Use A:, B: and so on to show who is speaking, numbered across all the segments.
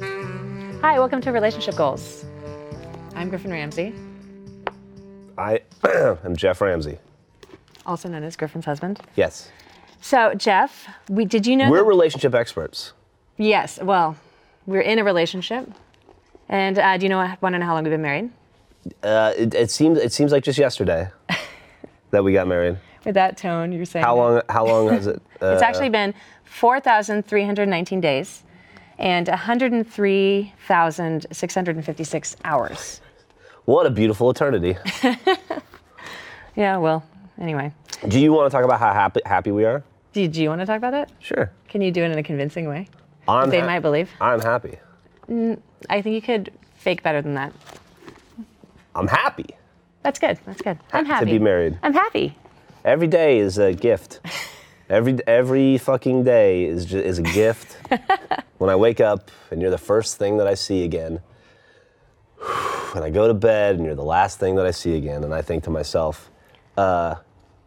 A: Hi, welcome to Relationship Goals. I'm Griffin Ramsey,
B: I am Jeff Ramsey.
A: also known as Griffin's husband.
B: Yes.
A: So, Jeff, we did you know?
B: We're
A: that-
B: relationship experts.
A: yes. Well, we're in a relationship, and uh, do you know? I want to know how long we've been married?
B: Uh, it, it seems it seems like just yesterday that we got married.
A: With that tone, you're saying
B: How
A: that.
B: long how long has it uh,
A: It's actually been 4,319 days and 103,656 hours.
B: what a beautiful eternity.
A: Yeah, well, anyway.
B: Do you want to talk about how happy happy we are?
A: Do, do you want to talk about that?
B: Sure.
A: Can you do it in a convincing way?
B: I'm
A: They
B: hap-
A: might believe.
B: I'm happy.
A: I think you could fake better than that.
B: I'm happy.
A: That's good. That's good. I'm
B: Ha- to
A: happy.
B: be married.
A: I'm happy.
B: Every day is a gift. Every every fucking day is ju- is a gift. when I wake up and you're the first thing that I see again. When I go to bed and you're the last thing that I see again, and I think to myself, uh,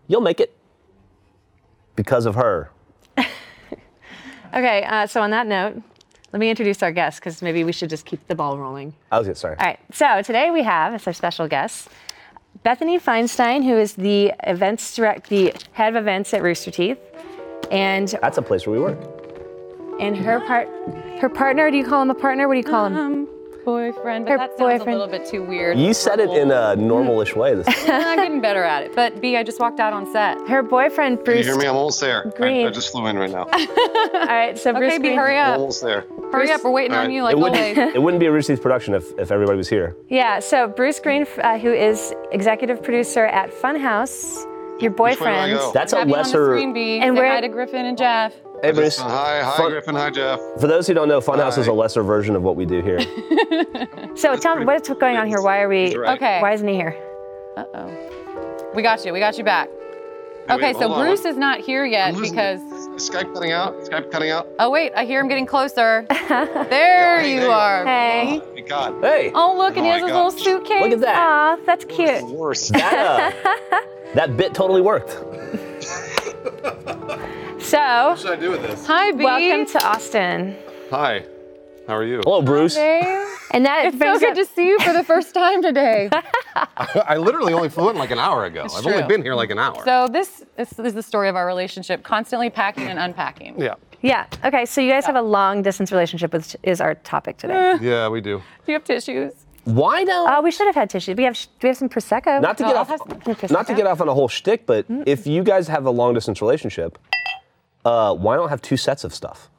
B: "You'll make it because of her."
A: Okay, uh, so on that note, let me introduce our guest because maybe we should just keep the ball rolling.
B: I was gonna, sorry.
A: All right. So today we have as our special guest Bethany Feinstein, who is the events direct, the head of events at Rooster Teeth, and
B: That's a place where we work.
A: and her part, her partner. Do you call him a partner? What do you call him?
C: Um, boyfriend, but
A: Her
C: that sounds
A: boyfriend.
C: a little bit too weird.
B: You said it in a normalish way. This time.
C: I'm getting better at it. But B, I just walked out on set.
A: Her boyfriend
D: Can you
A: Bruce.
D: hear me? I'm almost there. I,
A: Green.
D: I just flew in right now.
A: All right. So Bruce,
C: Okay, B,
A: Green-
C: hurry
D: I'm
C: up.
D: almost there.
C: Hurry up. We're waiting
D: All
C: on
D: right.
C: you like
B: it wouldn't
C: always.
B: it wouldn't be a Rooster Teeth production if, if everybody was here.
A: Yeah. So Bruce Green, uh, who is executive producer at Funhouse, your
D: Which way do I
A: boyfriend.
D: go?
B: That's a
C: Have you on the
B: lesser.
C: screen, B.
A: And
C: Say
A: we're-
C: hi to Griffin and Jeff.
B: Hey,
D: Just-
B: Bruce.
D: hi, hi,
B: Fun-
D: Griffin. Hi, Jeff.
B: For those who don't know, Funhouse is a
D: Hi.
B: lesser version of what we do here.
A: so tell me what's going on here. Why are we?
D: He's right.
C: Okay.
A: Why isn't he here?
C: Uh oh. We got you. We got you back.
D: Hey,
C: Okay,
D: wait,
C: so
D: hold on.
C: Bruce is not here yet
D: I'm listening.
C: because.
D: Is Skype cutting out. Skype cutting out.
C: Oh wait, I hear him getting closer. there
D: Hey,
C: you
D: there you
C: are.
A: Hey.
D: Oh my God.
B: Hey,
C: Oh look, and he
D: Oh
C: has
D: my
C: his little
D: gosh.
C: suitcase.
B: look at that.
A: Aw, that's
D: It's
A: cute.
D: the worst.
B: that, uh, that bit totally worked.
A: So
D: should I do with this?
C: Hi, B.
A: welcome to Austin.
D: Hi. How are you?
B: Hello, Bruce.
C: Hey.
A: And that
C: It's so
A: brings
C: good
A: up-
C: to see you for the first time today.
E: I literally only flew in like an hour ago. I've only
C: true.
E: been here like an hour.
C: So this is, is the story of our relationship, constantly packing and unpacking.
E: yeah.
A: Yeah. Okay. So you guys have a long distance relationship, which is our topic today.
B: Eh.
E: Yeah, we do.
C: Do you have tissues?
B: Why don't?
A: Oh, we should have had tissues. We have sh- we have some prosecco.
B: not to
C: no,
B: get
C: oh, I'll
B: off,
C: have
A: some-
B: not to get off on a whole shtick, but if you guys have a long distance relationship, uh, why don't have two sets of stuff?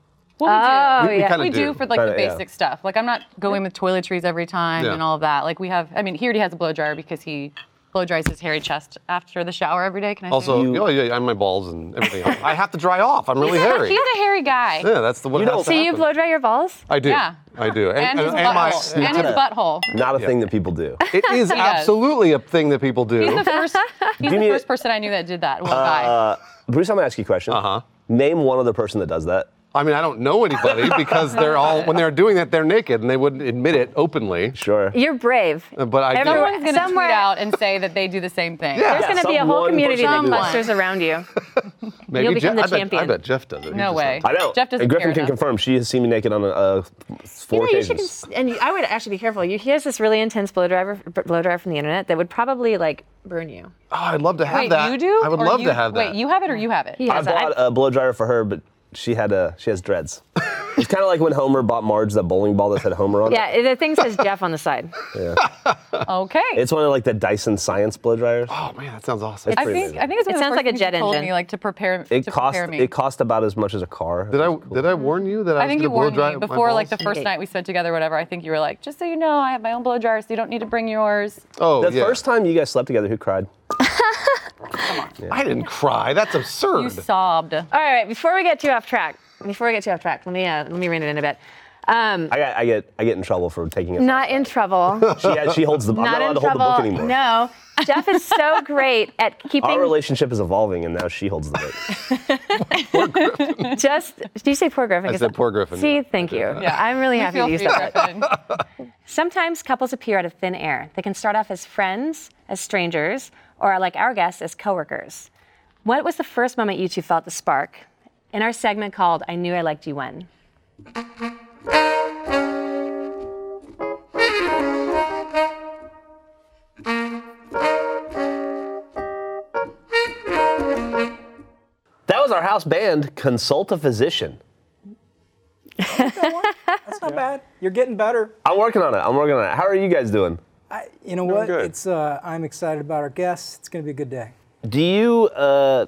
C: Well, we do.
A: Oh
E: We- we
A: yeah.
E: kinda
C: we do
E: do.
C: for like the
B: Kinda, yeah.
C: basic stuff. Like I'm not going with toiletries every time
E: Yeah.
C: and all of that. Like we have. I mean, he already has a blow dryer because he blow dries his hairy chest after the shower every day. Can I? say that?
E: Also,
B: You-
E: oh yeah, I'm my balls and everything. else. I have to dry off. I'm really hairy.
C: he's a hairy guy.
E: Yeah, that's the what
B: You
E: has
B: know-
E: to
A: so you
E: happen.
A: blow dry your balls?
E: I do.
C: Yeah.
E: I do.
C: And, his
E: my-
C: butthole. And his butthole.
B: Not a thing that people do.
E: it is absolutely a thing that people do. Uh,
C: He's the first. He's
B: you
C: the
B: need-
C: first person I knew that did that. One guy.
B: Bruce, I'm gonna ask you a question.
E: Uh-huh.
B: Name one other person that does that.
E: I mean, I don't know anybody because they're all when they're doing that, they're naked and they wouldn't admit it openly.
B: Sure.
A: You're brave.
E: Uh, But I do.
A: Everyone-
C: Someone's gonna
A: somewhere-
C: tweet out and say that they do the same thing.
E: Yeah.
A: There's going to be a whole
B: someone
A: community that
B: person
C: who does
A: clusters
C: that.
A: around you.
E: Maybe
A: you'll become
E: Jeff,
A: the
E: I bet, I
A: champion.
E: bet Jeff does it. He
C: No
E: just
C: way.
E: doesn't.
B: I know.
C: Jeff doesn't
B: and Griffin
C: care
B: can
C: enough.
B: confirm. She has seen me naked on uh, four
A: you know, you should
B: occasions.
A: cons- and I would actually be careful. You, he has this really intense blow dryer, blow dryer from the internet that would probably like burn you.
E: Oh, I'd love to have
C: Wait,
E: that.
C: you do?
E: I would
C: Or
E: love
C: you-
E: to have that.
C: Wait, you have it or you have it?
A: He
B: I
A: has a-
B: bought a blow dryer for her, but she had a she has dreads. it's kind of like when Homer bought Marge that bowling ball that said Homer on it.
A: yeah, the thing says Jeff on the side.
C: Okay.
B: It's one of like the Dyson Science blow dryers.
E: oh man, that sounds awesome.
C: I think I think it's
A: It
C: one of the
A: sounds
C: first
A: like a
C: things you
A: jet
C: told
A: engine.
C: me like to prepare
B: It
C: to
B: cost
C: prepare me.
B: it cost about as much as a car.
E: Did I did I warn you that
C: I
E: I, was
C: think you
E: gonna blow
C: warned
E: dry
C: me
E: my
C: before like the
E: balls?
C: first night we spent together, whatever. I think you were like, just so you know, I have my own blow dryer, so you don't need to bring yours.
E: Oh,
B: The
E: yeah.
B: first time you guys slept together, who cried?
E: I didn't cry. That's absurd.
C: You sobbed.
A: All right, before we get too off track, before we get too off track, let me uh, let me rein it in a bit.
B: I, got, I get I get in trouble for taking it.
A: Not in trouble. not,
B: she, has- she holds the. I'm not allowed
A: in
B: to hold
A: trouble.
B: the book anymore.
A: No. Jeff is so great at
B: Our
A: keeping
B: relationship is evolving, and now she holds the book.
A: just. Did you say poor Griffin?
E: I
A: 'Cause
E: said poor Griffin,
A: See,
E: yeah.
A: thank you.
C: Yeah.
A: I'm really
C: We
A: happy
C: feel
A: to use
C: for you,
A: that.
C: Griffin.
A: Sometimes couples appear out of thin air. They can start off as friends, as strangers, or like our guest, as coworkers. What was the first moment you two felt the spark? In our segment called I Knew I Liked You When.
B: that was our house band. Consult a physician.
F: That's not bad. You're getting better.
B: I'm working on it. I'm working on it. How are you guys doing?
F: I, you know what?
D: good.
F: It's uh, I'm excited about our guests. It's going to be a good day.
B: Do you? Uh,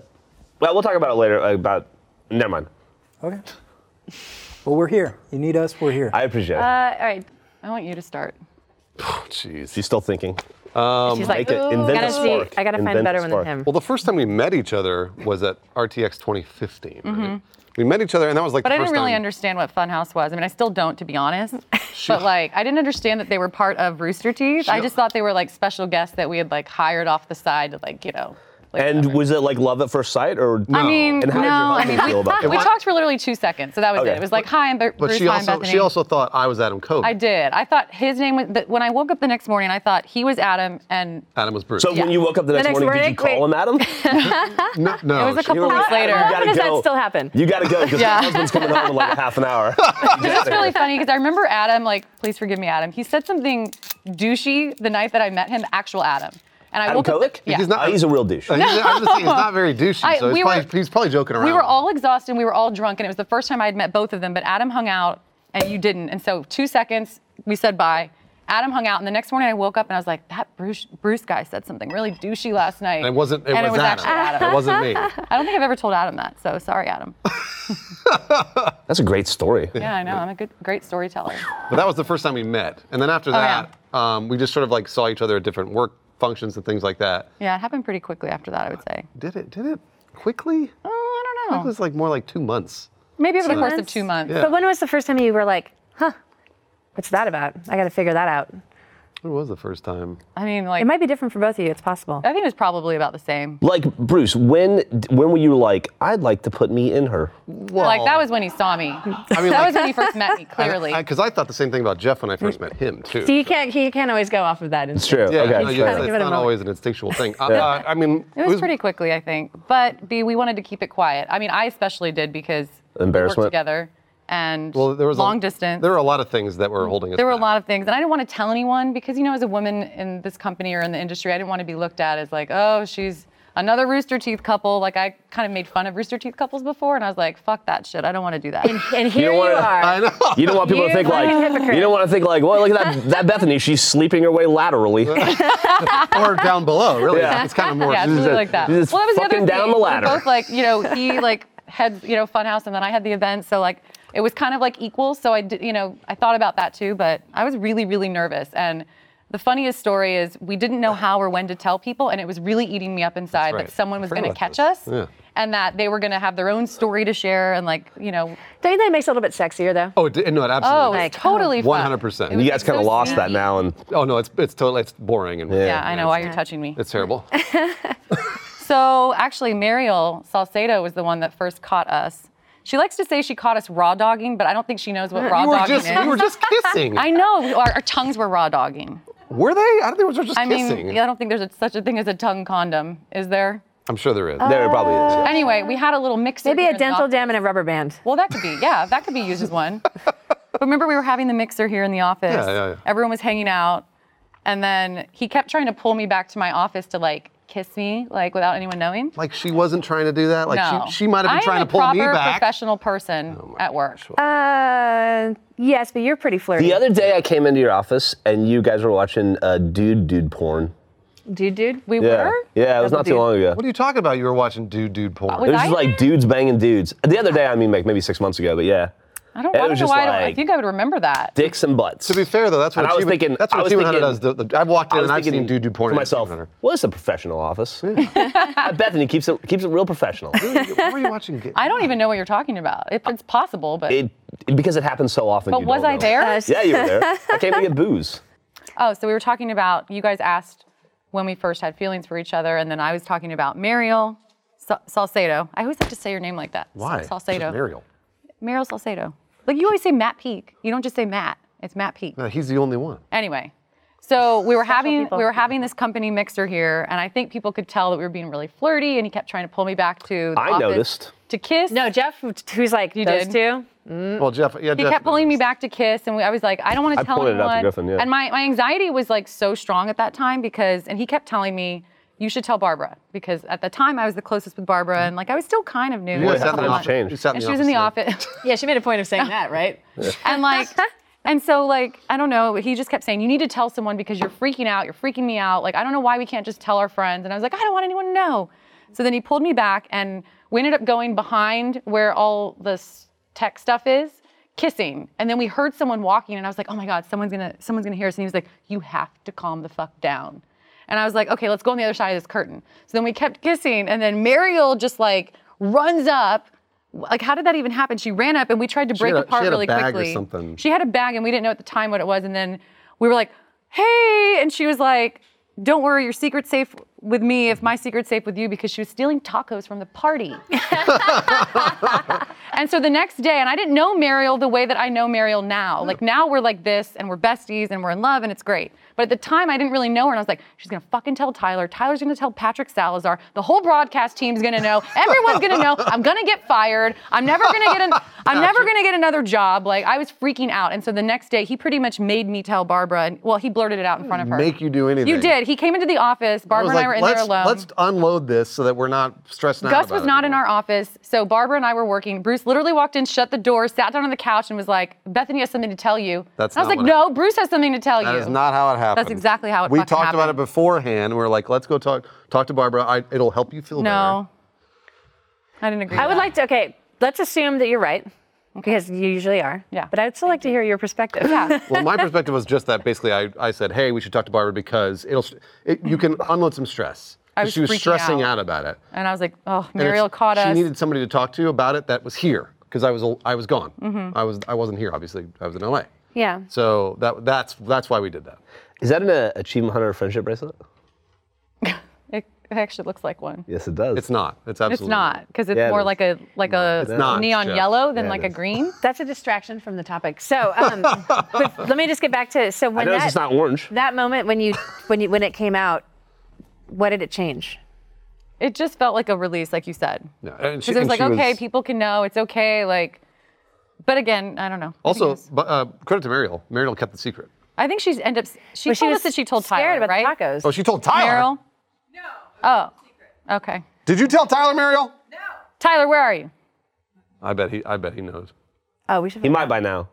B: well, we'll talk about it later. uh, About never mind.
F: Okay. Well, we're here. You need us. We're here.
B: I appreciate it.
A: Uh, all right.
C: I want you to start.
E: Oh, Jeez.
B: She's still thinking.
A: She's like,
B: Make it. Um, Invent
A: gotta
B: a
A: see-
B: spark.
A: I gotta find
B: Invent
A: a better
B: a
A: one
B: spark.
A: than him.
E: Well, the first time we met each other was at RTX 2015. right? We met each other, and that was like.
C: But
E: the
C: I didn't
E: first
C: really
E: time-
C: understand what Funhouse was. I mean, I still don't, to be honest. but like, I didn't understand that they were part of Rooster Teeth. I just thought they were like special guests that we had like hired off the side to like, you know. Like,
B: And
C: whatever.
B: was it like love at first sight or?
C: I mean,
B: and how
C: no, I
B: did your husband
C: mean, we,
B: feel about
C: we
B: it?
C: talked for literally two seconds, so that was
B: Okay.
C: it. It was like, hi, I'm Bru-
E: But
C: Bruce,
E: she
C: hi, I'm
E: also
C: Bethany.
E: she also thought I was Adam Cody.
C: I did. I thought his name was, but when I woke up the next morning, I thought he was Adam, and
E: Adam was Bruce.
B: So when
C: Yeah.
B: you woke up the next,
A: next
B: morning, did
A: morning,
B: you call him Adam?
E: no, no,
C: it was a
E: she-
C: couple
B: were
C: weeks
B: like,
C: later.
B: "Adam, you
A: How
B: gotta
A: does that
B: go.
A: still happen?
B: you gotta go because
C: Yeah.
B: your husband's coming home in like a half an hour.
C: It's really funny because I remember Adam, like, please forgive me, Adam. He said something douchey the night that I met him, actual Adam. And I
B: Adam
C: woke up.
B: Kovic?
C: Yeah.
E: He's not-
B: Uh, he's a real douche.
E: He's, I'm just saying, he's not very douchey,
C: I-
E: so he's,
C: we
E: probably,
C: were-
E: he's probably joking around.
C: We were all exhausted, we were all drunk, and it was the first time I had met both of them, but Adam hung out and you didn't. And so, two seconds, we said bye. Adam hung out, and the next morning I woke up and I was like, that Bruce, Bruce guy said something really douchey last night.
E: And it wasn't. It
C: And
E: was,
C: it was
E: Adam.
C: actually Adam.
E: It wasn't me.
C: I don't think I've ever told Adam that, so sorry, Adam.
B: That's a great story.
C: Yeah, I know. I'm a good, great storyteller.
E: But that was the first time we met, and then after
C: Oh, yeah.
E: that, um, we just sort of like saw each other at different work functions and things like that.
C: Yeah, it happened pretty quickly after that, I would say.
E: Did it? Did it quickly?
C: Oh, I
E: It
C: don't know.
E: was like more like two months.
C: Maybe over the course of
A: months?
C: two months.
E: Yeah.
A: But when was the first time you were like, huh, what's that about? I gotta figure that out.
E: It was the first time.
C: I mean, like,
A: It might be different for both of you. It's possible.
C: I think it was probably about the same.
B: Like Bruce, when when were you like, I'd like to put me in her?
E: Well,
C: like that was when he saw me.
E: I mean,
C: that
E: like-
C: was when he first met me. Clearly,
E: Because I, thought the same thing about Jeff when I first met him too.
A: So you can't, you can't always go off of that.
B: It's true. okay.
E: Yeah, no,
B: fair
E: you-
A: gotta
B: enough.
E: it's
A: give it a
E: not
A: moment.
E: always an instinctual thing. Uh, uh, I mean,
C: it was pretty quickly, I think. But B, we wanted to keep it quiet. I mean, I especially did because we
B: Embarrassment?
C: worked together and
E: Well, there was
C: long
E: a,
C: distance.
E: There were a lot of things that were holding us.
C: There were a
E: back.
C: lot of things, and I didn't want to tell anyone because you know, as a woman in this company or in the industry, I didn't want to be looked at as like, oh, she's another Rooster Teeth couple. Like I kind of made fun of Rooster Teeth couples before, and I was like, fuck that shit. I don't want to do that.
A: And here
B: don't
A: you,
B: wanna-
A: are.
E: I know.
B: You don't want people to
A: You
B: think
A: fucking
B: like
A: hypocrite.
B: you don't want to think like, well, look at that that Bethany, she's sleeping her way laterally.
E: or down below, really.
B: Yeah.
E: It's kind of more.
C: Yeah, it's
E: this is
C: really
E: a-
C: like that.
B: this is
C: well, that was the other
B: fucking
C: thing.
B: down the
C: We were
B: ladder.
C: Both like, you know, he like had you know Funhouse, and then I had the event, so like it was kind of like equal. So I did, you know, I thought about that too, but I was really, really nervous. And the funniest story is we didn't know how or when to tell people, and it was really eating me up inside
E: right.
C: that someone
E: I
C: was
E: forgot
C: going to catch
E: about this.
C: us,
E: Yeah.
C: and that they were going to have their own story to share, and like you know,
A: Don't you think it makes it a little bit sexier though?
E: Oh, it did- no, it absolutely.
C: oh,
E: did.
A: Like,
C: it's totally fun.
E: 100%.
C: It
E: You
C: was,
B: You guys
C: like,
B: kind of
C: so
B: lost that
C: sneaky.
B: now, and
E: Oh no, it's it's totally it's boring and
C: Yeah, I know why you're touching me.
E: It's terrible.
C: So actually, Mariel Salcedo was the one that first caught us. She likes to say she caught us raw dogging, but I don't think she knows what raw
E: we were
C: dogging
E: just
C: is.
E: we were just kissing.
C: I know our, our tongues were raw dogging.
E: were they? I don't think we were just
C: I mean,
E: kissing.
C: I don't think there's a, such a thing as a tongue condom, is there?
E: I'm sure there is.
B: there it probably
C: Uh,
B: is. yeah.
C: Anyway, we had a little mixer.
A: Maybe
C: here
A: a
C: in the
A: dental
C: office.
A: dam and a rubber band.
C: Well, that could be. Yeah, that could be used as one. but remember, we were having the mixer here in the office.
E: Yeah, yeah, yeah.
C: Everyone was hanging out, and then he kept trying to pull me back to my office to like kiss me, like without anyone knowing.
E: Like she wasn't trying to do that. Like
C: no,
E: she, she might
C: I
E: have been
C: am
E: trying
C: a
E: to pull me
C: proper
E: back. Oh
C: Professional person at work.
A: Uh, yes, but you're pretty flirty.
B: The other day, I came into your office and you guys were watching uh, dude dude porn.
A: dude, dude.
C: We
B: Yeah,
C: were.
B: yeah, it was not too long ago.
E: What are you talking about? You were watching dude dude porn.
B: It
C: was-
B: was just
C: I
B: like dudes banging dudes. The other day, I mean, like maybe six months ago, but yeah,
C: I don't,
B: It
C: I don't
B: was
C: know
B: just
C: why I, don't, I
B: like-
C: think I would remember that.
B: dicks and butts.
E: to be fair though, that's what
B: And I was
E: Achievement-
B: thinking-
E: That's what
B: I was
E: Achievement Hunter does.
B: thinking-
E: The- the- I've walked in
B: I was
E: and I've
B: thinking
E: seen dude dude porn.
B: to
E: at
B: myself.
E: Achievement Hunter.
B: Well, it's a professional office. Bethany keeps it keeps it real professional.
E: What are you watching?
C: I don't even know what you're talking about. If it's possible, but
B: it because it happens so often.
C: But
B: you
C: was
B: don't
C: I
B: know.
C: there?
B: Yeah, you were there. I came to get booze.
C: Oh, so we were talking about you guys asked when we first had feelings for each other, and then I was talking about Mariel Sa- Salcedo. I always have to say your name like that. Sa-
E: Why?
C: Salcedo.
E: Just Mariel.
C: Mariel Salcedo. Like you always say Matt Peak. You don't just say Matt. It's Matt Peak.
E: No, he's the only one.
C: Anyway, so we were having
A: people.
C: we were having this company mixer here, and I think people could tell that we were being really flirty, and he kept trying to pull me back to. The
B: I
C: office
B: noticed.
C: to kiss.
A: No, Jeff, who's like
C: You
A: those
C: did.
A: two.
E: Well, Jeff. Yeah,
C: He kept pulling me back to kiss, and we, I was like, I don't want
B: I
C: to tell
B: pointed it out to
C: anyone.
B: Griffin, yeah.
C: And my, my anxiety was like so strong at that time because, and he kept telling me, you should tell Barbara because at the time I was the closest with Barbara, and like I was still kind of new.
E: You
C: It was
E: sat
C: a
E: in
C: couple
E: the
C: months.
E: office.
B: Change.
E: You sat
C: And she was in the
E: there.
C: office,
A: Yeah, she made a point of saying that, right?
C: and like, and so like I don't know. He just kept saying, you need to tell someone because you're freaking out. You're freaking me out. Like I don't know why we can't just tell our friends. And I was like, I don't want anyone to know. So then he pulled me back, and we ended up going behind where all this tech stuff is kissing and then we heard someone walking and i was like oh my god someone's gonna someone's gonna hear us and he was like you have to calm the fuck down and i was like okay let's go on the other side of this curtain so then we kept kissing and then mariel just like runs up like how did that even happen she ran up and we tried to break
E: had a- she
C: apart
E: had a
C: really
E: bag or
C: quickly
E: something.
C: she had a bag and we didn't know at the time what it was and then we were like hey and she was like don't worry your secret's safe with me if my secret's safe with you because she was stealing tacos from the party and so the next day, and I didn't know Mariel the way that I know Mariel now.
E: Mm.
C: Like now we're like this, and we're besties, and we're in love, and it's great. But at the time, I didn't really know her, and I was like, she's gonna fucking tell Tyler. Tyler's gonna tell Patrick Salazar. The whole broadcast team's gonna know. Everyone's gonna know. I'm gonna get fired. I'm never gonna get an. I'm never gonna get another job. Like I was freaking out. And so the next day, he pretty much made me tell Barbara. And, well, he blurted it out in front of her.
E: Make you do anything.
C: You did. He came into the office.
E: I
C: Barbara
E: was
C: and I
E: like,
C: were in
E: let's,
C: there alone.
E: let's unload this so that we're not stressing out.
C: Gus
E: about
C: was
E: it
C: not in
E: anymore.
C: our office, so Barbara and I were working. Bruce literally walked in, shut the door, sat down on the couch, and was like, "Bethany has something to tell you."
E: That's
C: and I was
E: not
C: like,
E: what
C: "No, Bruce has something to tell you."
E: That is not how it happened.
C: exactly how it
E: We
C: fucking
E: talked about it
C: happened.
E: beforehand. We were like, let's go talk talk to Barbara. I, it'll help you feel
C: No, I didn't agree.
A: I
C: with
A: would
C: that.
A: like to, okay, let's assume that you're right, because you usually are.
C: Yeah.
A: But I'd still like to hear your perspective.
C: Yeah.
E: better. well, my perspective was just that. Basically, I, I said, hey, we should talk to Barbara because it'll st- it, you can unload some stress.
C: I was
E: she was
C: freaking
E: stressing
C: out.
E: out. about it.
C: and I was like, "Oh,
E: And it's-
C: Mariel caught
E: she
C: us."
E: needed somebody to talk to about it that was here because I was al- I was gone.
C: Mm-hmm.
E: I was I wasn't here. Obviously, I was in LA.
A: Yeah.
E: So that that's that's why we did that.
B: Is that an uh, achievement hunter friendship bracelet?
C: it actually looks like one.
B: Yes, it does.
E: It's not. It's absolutely
C: It's not because it's
B: Yeah, it
C: more
B: is.
C: like a like a
E: It's not,
C: neon
E: Jeff.
C: yellow than
B: Yeah, it
C: like a
B: is.
C: green.
A: That's a distraction from the topic. So um, but let me just get back to so
B: I
A: when
B: noticed
A: that,
B: it's not orange.
A: that moment when you when you when it came out, what did it change?
C: It just felt like a release, like you said.
E: No, and
C: Because it
E: she-
C: was
E: and
C: like,
E: she was-
C: okay, people can know. It's okay. Like, but again, I don't know. I think it
E: Also,
C: was-
E: but, uh, credit to Mariel. Mariel kept the secret.
C: I think she's end up. She
A: Well,
C: told us that she told Tyler,
A: scared about
C: right?
A: the tacos.
E: Oh, she told Tyler.
C: Meryl. No. Oh. Okay.
E: Did you tell Tyler Mariel?
C: Tyler, where are you?
E: I bet he. I bet he knows.
A: Oh, we should.
B: He might by now.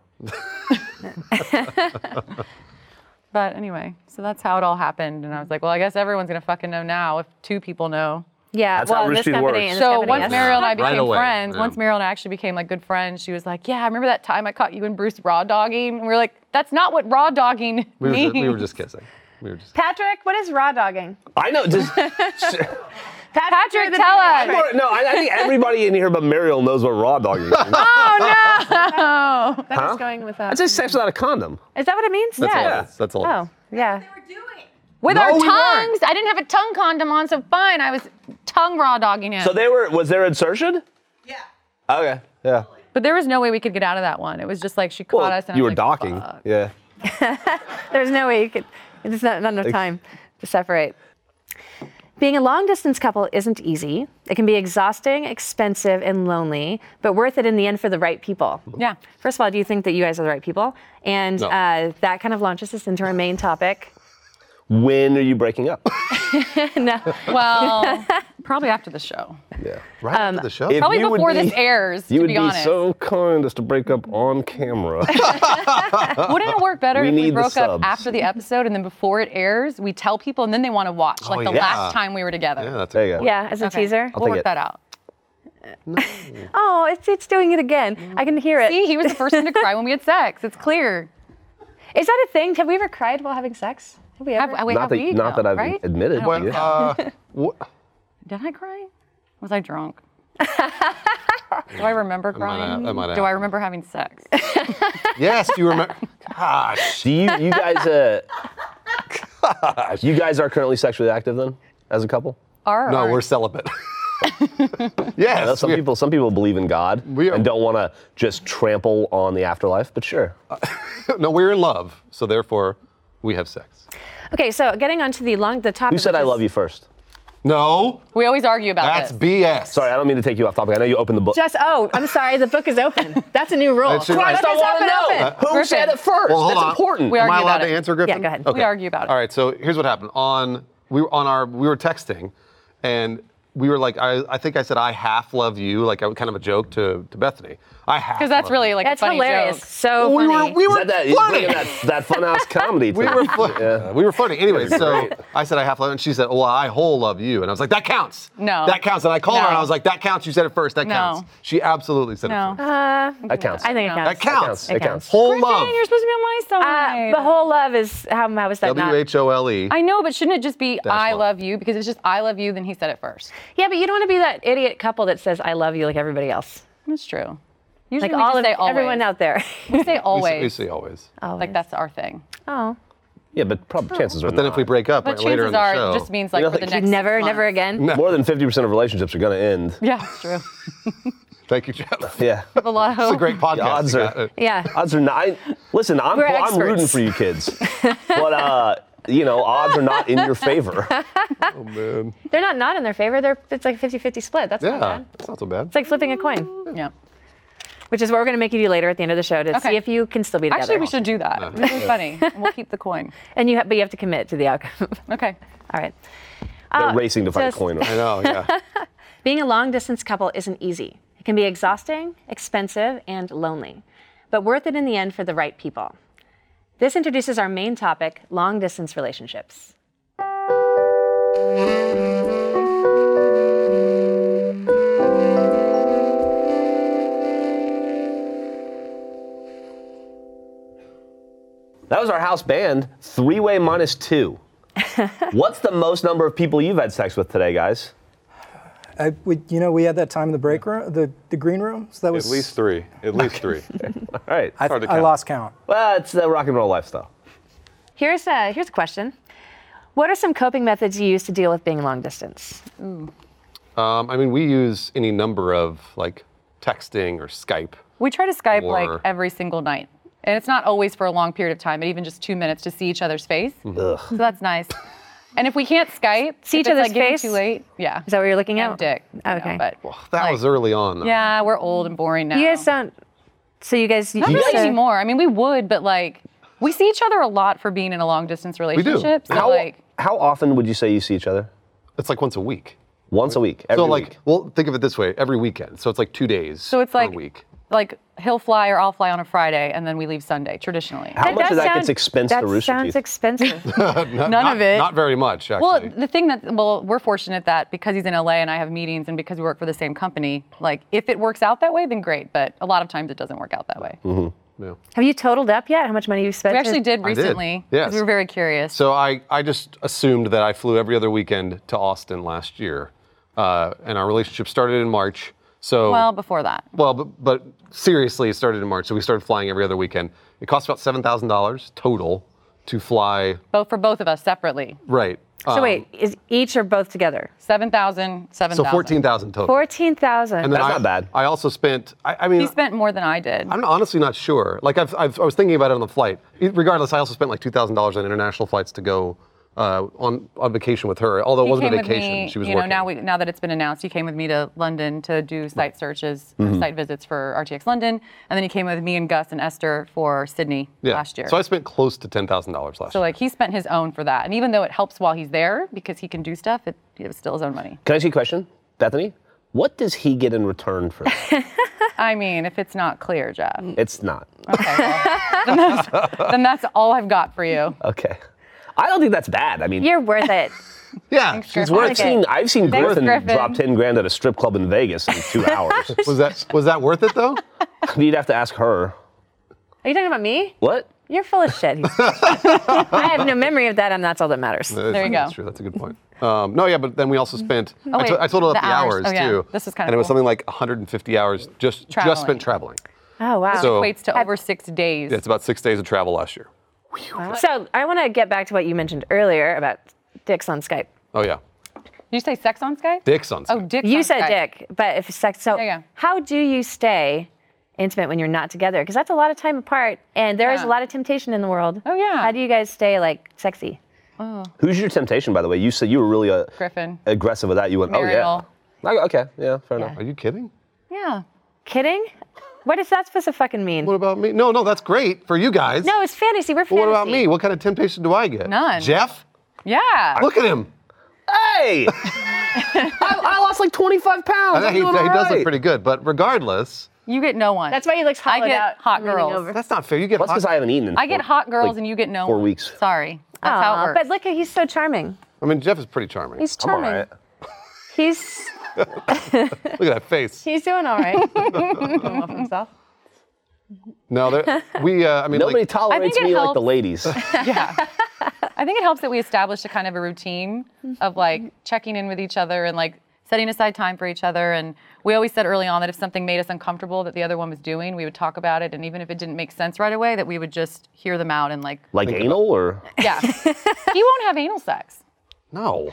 C: But anyway, so that's how it all happened, and I was like, well, I guess everyone's gonna fucking know now if two people know.
A: Yeah.
B: That's
A: well,
B: how
A: this
B: Rich Dude
A: company
B: works.
A: and this
C: So
A: company, yes.
C: once Meryl and I
E: Right
C: became
E: away,
C: friends,
E: yeah.
C: once Meryl and I actually became like good friends, she was like, yeah, I remember that time I caught you and Bruce raw dogging, and we were like, that's not what raw dogging
E: We were,
C: means.
E: just, we were just kissing. We were just.
A: Patrick, what is raw dogging?
B: I know. Just,
C: Patrick, tell us.
B: Or- no, I, I think everybody in here but Mariel knows what raw dog is.
C: Oh.
A: That was going with uh,
B: That's just sex without a condom.
A: Is that what it means?
E: That's all.
A: yeah.
E: It is. That's all. it
A: Oh,
E: is.
A: yeah.
C: With
E: No,
C: our
E: we
C: tongues.
E: weren't.
C: I didn't have a tongue condom on, so fine. I was tongue raw dogging him.
B: So they were. Was there insertion? Yeah. Okay. Yeah.
C: but there was no way we could get out of that one. It was just like she caught
B: Well,
C: us. And
B: you were
C: I'm like,
B: docking.
C: "Fuck."
B: Yeah.
A: There's no way you could. There's not, not enough time to separate. Being a long distance couple isn't easy. It can be exhausting, expensive, and lonely, but worth it in the end for the right people.
C: Yeah.
A: First of all, do you think that you guys are the right people? And
E: No.
A: uh, that kind of launches us into our main topic.
B: When are you breaking up?
A: no.
C: Well, probably after the show.
B: yeah.
E: Right
C: Um,
E: after the show.
B: if
C: Probably
B: you would
C: before this
B: be-
C: airs,
B: You
C: to
B: would
C: be,
B: be
C: honest.
B: so kind as to break up on camera.
C: Wouldn't it work better
B: We
C: if
B: need
C: we
B: the
C: broke up
B: subs.
C: after the episode and then before it airs, we tell people and then they want to watch, like the
E: yeah.
C: last time we were together?
E: yeah, that's
B: there
E: a,
B: you go.
A: Yeah, as a
C: Okay.
A: teaser.
B: Oh, I'll
C: We'll
B: take it.
C: work that out.
A: Oh, it's, it's doing it again. I can hear it.
C: See, he was the first one to cry when we had sex. It's clear.
A: Is that a thing? Have we ever cried while having sex? Have we
C: Have,
A: ever?
C: wait, have
B: not that,
C: we?
B: not
C: No,
B: that I've
C: right?
B: admitted to you.
E: Well, uh, wha-
C: Did I cry? Was I drunk? Do I remember crying?
E: that might
C: Do I
E: happen.
C: remember having sex?
E: Yes, you remember. Gosh.
B: Do you you guys uh you guys are currently sexually active then as a couple?
C: Are
E: No,
C: are-
E: we're celibate. yes.
B: I know some
E: we-
B: people some people believe in God
E: We are-
B: and don't want to just trample on the afterlife, but sure.
E: No, we're in love, so therefore we have sex.
A: Okay, so getting onto the long the topic.
B: Who said
A: which
B: I
A: is-
B: love you first?
E: No,
C: we always argue about
E: that's
C: this.
E: BS.
B: Sorry, I don't mean to take you off topic. I know you opened the book.
A: Just oh, I'm sorry. The book is open. That's a new rule.
E: That's your
A: Let
E: right.
A: this
E: I
A: open,
B: wanna
A: open.
B: oh. Who
C: oh. Griffin.
B: said it first?
E: Well, hold
B: That's
E: on.
B: important.
C: We
E: Am I
C: argue
E: allowed
C: about
E: to
C: it.
E: answer, Griffin?
A: go ahead. We
E: Okay.
C: argue about it.
E: All right. So here's what happened. On we were on our we were texting, and we were like, I, I think I said I half love you, like I kind of a joke to to Bethany. I half.
C: Because that's
E: love
C: really
E: you.
C: like
A: That's
C: a funny
A: hilarious.
C: joke.
A: So
E: we
A: funny.
E: were we
B: Is
E: were
B: that that, you're
E: flirting.
B: thinking that, that funhouse comedy
E: We
B: thing.
E: were flirting.
B: Yeah.
E: We were flirting. Anyway,
B: That's
E: so
B: great.
E: I said I half love, you," and she said, "Well, I whole love you," and I was like, "That counts."
C: No.
E: That counts. And I called her, and
C: No.
E: I was like, "That counts." You said it first. That
C: No.
E: counts. She absolutely said
C: No.
E: it first.
A: Uh,
B: That counts.
A: I think it
C: That
A: counts.
E: That counts.
B: It counts.
E: Whole
C: Griffin,
E: love.
C: you're supposed to be on my side.
A: Uh, the whole love is how, how is that
E: W
A: not?
E: H O L E.
C: I know, but shouldn't it just be I
E: one.
C: love you? Because it's just I love you, then he said it first.
A: Yeah, but you don't want to be that idiot couple that says I love you like everybody else.
C: That's true. Usually
A: Like
C: we
A: all
C: just
A: of
C: say always.
A: everyone out there.
C: We say
E: We say-
C: always.
E: We say always.
C: Like that's our thing.
A: Oh,
B: Yeah, but probably chances are
E: But then if we break up
C: But
E: right, later
C: chances
E: in the
C: are
E: show,
C: it just means like
B: You know,
C: for the
B: like,
C: next
A: never,
C: six
A: never
C: months.
A: again.
B: more than 50% of relationships are going to end.
C: Yeah, it's true.
E: thank you, Jeff.
B: Yeah.
C: A lot of
E: It's a great podcast.
B: odds
E: you
B: are-
E: got. Uh,
A: Yeah.
B: Odds are not. I- Listen, I'm,
A: We're
B: I'm rooting
A: experts.
B: for you kids, but uh, you know, odds are not in your favor.
E: Oh man.
A: They're not not in their favor. They're it's like 50-50 split. That's not
E: Yeah,
A: bad.
E: it's not so bad.
A: It's like flipping a coin,
C: Yeah.
A: which is what we're going to make you do later at the end of the show to
C: Okay.
A: see if you can still be together.
C: Actually, we should do that. It's really funny. And we'll keep the coin.
A: And you have, but you have to commit to the outcome.
C: Okay.
A: All right.
B: They're
A: Oh,
B: racing to find a
A: just-
B: coin.
E: I know. Yeah.
A: Being a long distance couple isn't easy. It can be exhausting, expensive, and lonely, but worth it in the end for the right people. This introduces our main topic long distance relationships.
B: That was our house band, three way minus two. What's the most number of people you've had sex with today, guys?
F: I, we, you know, we had that time in the break room, the, the green room. So that was
D: At least three. At least three.
B: All right.
F: I,
D: hard to
F: I
D: count.
F: lost count.
B: Well, it's the rock and roll lifestyle.
A: Here's a, here's a question What are some coping methods you use to deal with being long distance?
E: Um, I mean, we use any number of like texting or Skype.
C: We try to Skype
E: Or-
C: like every single night. And it's not always for a long period of time, but even just two minutes to see each other's face.
E: Hmm. Mm-hmm.
C: So that's nice. And if we can't Skype,
A: See each
C: if it's,
A: other's
C: like, getting
A: face?
C: Too late. Yeah.
A: Is that what you're looking
C: and
A: at?
C: dick. you know,
A: Okay.
C: but
E: That was early on. Though.
C: yeah, we're old and boring now.
A: You guys don't. So you guys.
C: Oh. Not
A: you
C: really
A: guys-
C: anymore. I mean, we would, but like, we see each other a lot for being in a long distance
E: do.
C: relationship. So
B: How,
C: like,
B: how often would you say you see each other?
E: It's like once a week.
B: Once a week. Every
E: so like,
B: week.
E: well, think of it this way: every weekend. So it's like two days.
C: so it's like,
E: per week.
C: like he'll fly or I'll fly on a Friday, and then we leave Sunday traditionally.
B: How much
A: does
B: of that
A: sound-
B: gets expensed
A: that
B: to Rooster
A: sounds
B: Teeth?
A: expensive.
E: None
C: of it.
E: Not very much
C: Well,
E: actually.
C: the thing that well, we're fortunate that because he's in LA and I have meetings, and because we work for the same company, like if it works out that way, then great. But a lot of times it doesn't work out that way.
E: yeah.
A: Have you totaled up yet? How much money you've spent?
C: We actually
A: to-
C: did
E: Mm-hmm. I did,
C: recently.
E: yes.
C: we were very curious.
E: So I, I just assumed that I flew every other weekend to Austin last year, uh, and our relationship started in March. So
C: well, before that,
E: Well, but, but seriously, it started in March, so we started flying every other weekend. It cost about seven thousand dollars total to fly.
C: both for both of us separately,
E: Right. uh,
A: So wait, is each or both together?
C: seven thousand, seven
E: so
C: thousand.
E: fourteen thousand total.
A: Fourteen thousand.
E: then
B: That's
E: I-
B: not bad.
E: I also spent. I, I mean,
C: He spent more than I did.
E: I'm honestly not sure. Like I've, I've I was thinking about it on the flight. It- Regardless, I also spent like two thousand dollars on international flights to go uh, on on vacation with her. Although it
C: He
E: wasn't a
C: came with
E: vacation,
C: me,
E: she was
C: you
E: working.
C: know, now we now that it's been announced, he came with me to London to do site searches, or
E: Mm-hmm.
C: site visits for RTX London, and then he came with me and Gus and Esther for Sydney
E: yeah.
C: last year.
E: So I spent close to ten thousand dollars last
C: So
E: year.
C: like he spent his own for that, and even though it helps while he's there because he can do stuff, it, it was still his own money.
B: Can I ask you a question, Bethany? What does he get in return for that?
C: I mean, if it's not clear, Jeff,
B: it's not.
C: okay, well, then, that's, then that's all I've got for
E: Oh.
C: you.
B: Okay. I don't think that's bad. I mean,
A: You're worth it.
E: Yeah, she's
C: Griffin.
E: worth.
B: I've seen I've seen
C: Thanks,
B: Griffin,
C: Griffin.
B: drop ten grand at a strip club in Vegas in two hours.
E: Was that was that worth it though?
B: You'd have to ask
A: Are
B: her.
A: you talking about me?
B: What?
A: You're full of shit. I have no memory of that, and that's all that matters.
E: There
C: you go.
E: That's
C: Mm-hmm. Oh,
E: true. That's a good point. Um, no, yeah, but then we also spent. I
C: wait,
E: to- I told her about
C: the
E: the
C: hours.
E: hours,
C: Oh, yeah.
E: too.
C: This was kinda
E: And it was
C: cool.
E: something like 150 hours just
C: Traveling.
E: just spent traveling.
A: Oh wow.
E: So-
C: equates to over six days.
E: It's about six days of travel last year.
A: So I want to get back to what you mentioned earlier about dicks on Skype.
E: Oh yeah,
C: Did you say sex on Sky?
E: dicks on.
C: Oh,
E: Skype.
C: dick.
A: You
C: on
A: said
C: Sky.
A: dick, but if sex, so
C: yeah.
A: how do you stay intimate when you're not together? Because that's a lot of time apart, and there is a
C: Yeah.
A: lot of temptation in the world.
C: Oh, yeah.
A: How do you guys stay like sexy?
B: Who's your temptation, by the way? You said you were really uh,
C: Griffin.
B: aggressive with that. You went,
C: Mariel.
B: oh yeah. I- okay, yeah, fair enough.
E: Are you kidding?
C: Yeah.
A: Kidding? What is that supposed to fucking mean?
E: What about me? No, no, that's great for you guys.
A: no, it's fantasy. We're
E: But
A: fantasy.
E: what about me? What kind of temptation do I get?
C: None.
E: Jeff,
C: Yeah.
E: look at him.
B: Hey, I, I lost like 25 pounds.
E: I know
B: I'm
E: he,
B: doing
E: he
B: all
E: does look
B: right.
E: pretty good, but regardless,
C: You get no one.
A: That's why he looks
C: I
A: hollowed
C: get
A: out.
C: hot
A: leaning
C: girls.
A: over.
E: that's not fair. You get.
B: That's
E: hot-
B: because I haven't eaten. In
C: I get
B: four-
C: hot girls
B: like,
C: and you get no
B: four
C: one.
B: weeks.
C: Sorry. That's how
A: Aw,
C: it works.
A: But look, at he's so charming.
E: I mean, Jeff is pretty charming.
A: He's
B: I'm all
A: charming.
B: right.
A: He's
E: look at that face.
A: he's doing all right.
C: himself.
E: No, there- we. Uh, I mean,
B: Nobody
E: like,
B: tolerates
C: it
B: me like the
C: helps.
B: ladies.
C: I think it helps that we established a kind of a routine of like checking in with each other and like setting aside time for each other. And we always said early on that if something made us uncomfortable that the other one was doing, we would talk about it. And even if it didn't make sense right away, that we would just hear them out and like,
B: like anal or?
C: yeah. he won't have anal sex.
E: no.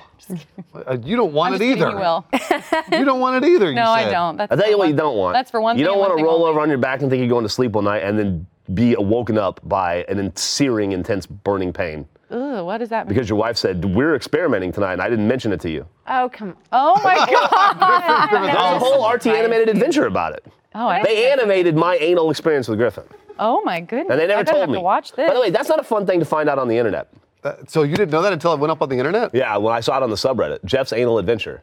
E: Uh, you don't want
C: I'm
E: it
C: just kidding, He
E: either.
C: will.
E: You don't want it either. You
C: No, I
E: said.
C: don't. That's
B: I tell
C: for
B: you what,
C: one-
B: you don't want.
C: That's for one.
B: You
C: thing
B: don't
C: and
B: want
C: one
B: to
C: thing
B: roll
C: only.
B: over on your back and think you're going to sleep all night and then be woken up by an in- searing, intense, burning pain
C: Ugh, what does that mean?
B: because your wife said we're experimenting tonight and I didn't mention it to you.
A: oh come on.
C: Oh my god.
B: There's a whole RT animated adventure about it.
C: Oh, I-
B: They animated my anal experience with Griffin,
C: oh my goodness.
B: and they
C: I
B: never
C: better
B: told
C: have
B: me.
C: To watch this.
B: By the way, that's not a fun thing to find out on the internet.
E: That- Uh, so you didn't know that until it went up on the internet.
B: Yeah, when I saw it on the subreddit, Jeff's anal adventure.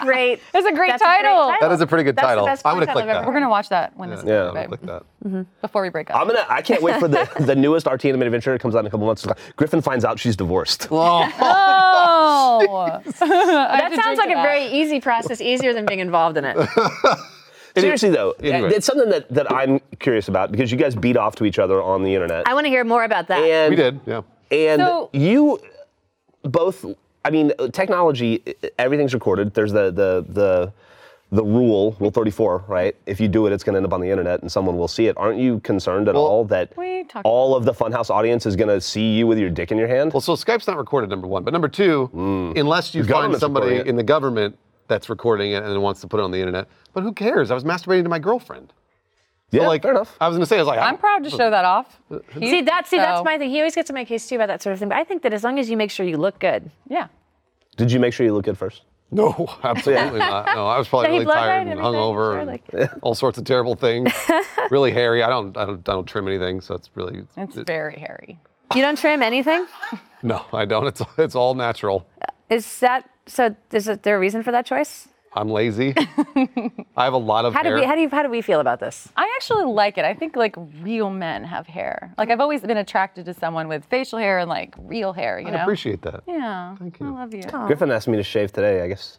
A: Great.
C: That's a great
A: That's
C: title.
E: That is a pretty good
A: That's the
E: title.
A: best
E: I would've
A: title I've
E: clicked that.
A: ever
C: we're gonna watch that when this is
B: Yeah.
C: over,
E: I
C: babe,
E: like that.
C: before we break up.
B: I'm gonna. I can't wait for the the newest RT animated adventure that comes out in a couple months. Griffin finds out she's divorced.
C: oh,
A: That sounds like a very easy process, easier than being involved in it.
B: Seriously though,
E: Anyway.
B: it's something that, that I'm curious about because you guys beat off to each other on the internet.
A: I want to hear more about that.
B: and
E: We did. Yeah.
B: And
C: So-
B: you both. I mean, technology. Everything's recorded. There's the the the the rule, Rule 34, right? If you do it, it's going to end up on the internet, and someone will see it. Aren't you concerned at all that
C: we talked
B: all of the Funhouse audience is going to see you with your dick in your hand?
E: Well, so Skype's not recorded, number one. But number two, unless you
B: Mm. The
E: find
B: government's
E: somebody
B: recording it.
E: in the government that's recording it and then wants to put it on the internet. But who cares? I was masturbating to my girlfriend.
B: yeah,
E: like,
B: fair enough.
E: I was gonna say, I was like,
C: I'm proud to show that off.
A: See that? See that's
C: So-
A: my thing. He always gets to make case too about that sort of thing. But I think that as long as you make sure you look good,
C: Yeah.
B: Did you make sure you look good first?
E: No, absolutely not. No, I was probably
A: Yeah, he
E: really
A: blow-dried
E: tired and
A: everything,
E: hungover and all sorts of terrible things. really hairy. I don't, I don't, I don't trim anything, so it's really
C: It's very hairy.
A: you don't trim anything.
E: no, I don't. It's it's all natural.
A: Is that so? Is it- there a reason for that choice?
E: I'm lazy. I have a lot of
A: How do
E: hair.
A: we? How do you? How do we feel about this?
C: I actually like it. I think like real men have hair. Like I've always been attracted to someone with facial hair and like real hair, you
E: I
C: know?
E: appreciate that.
C: yeah.
E: Thank you.
C: I love you.
B: Griffin asked me to shave today. I guess.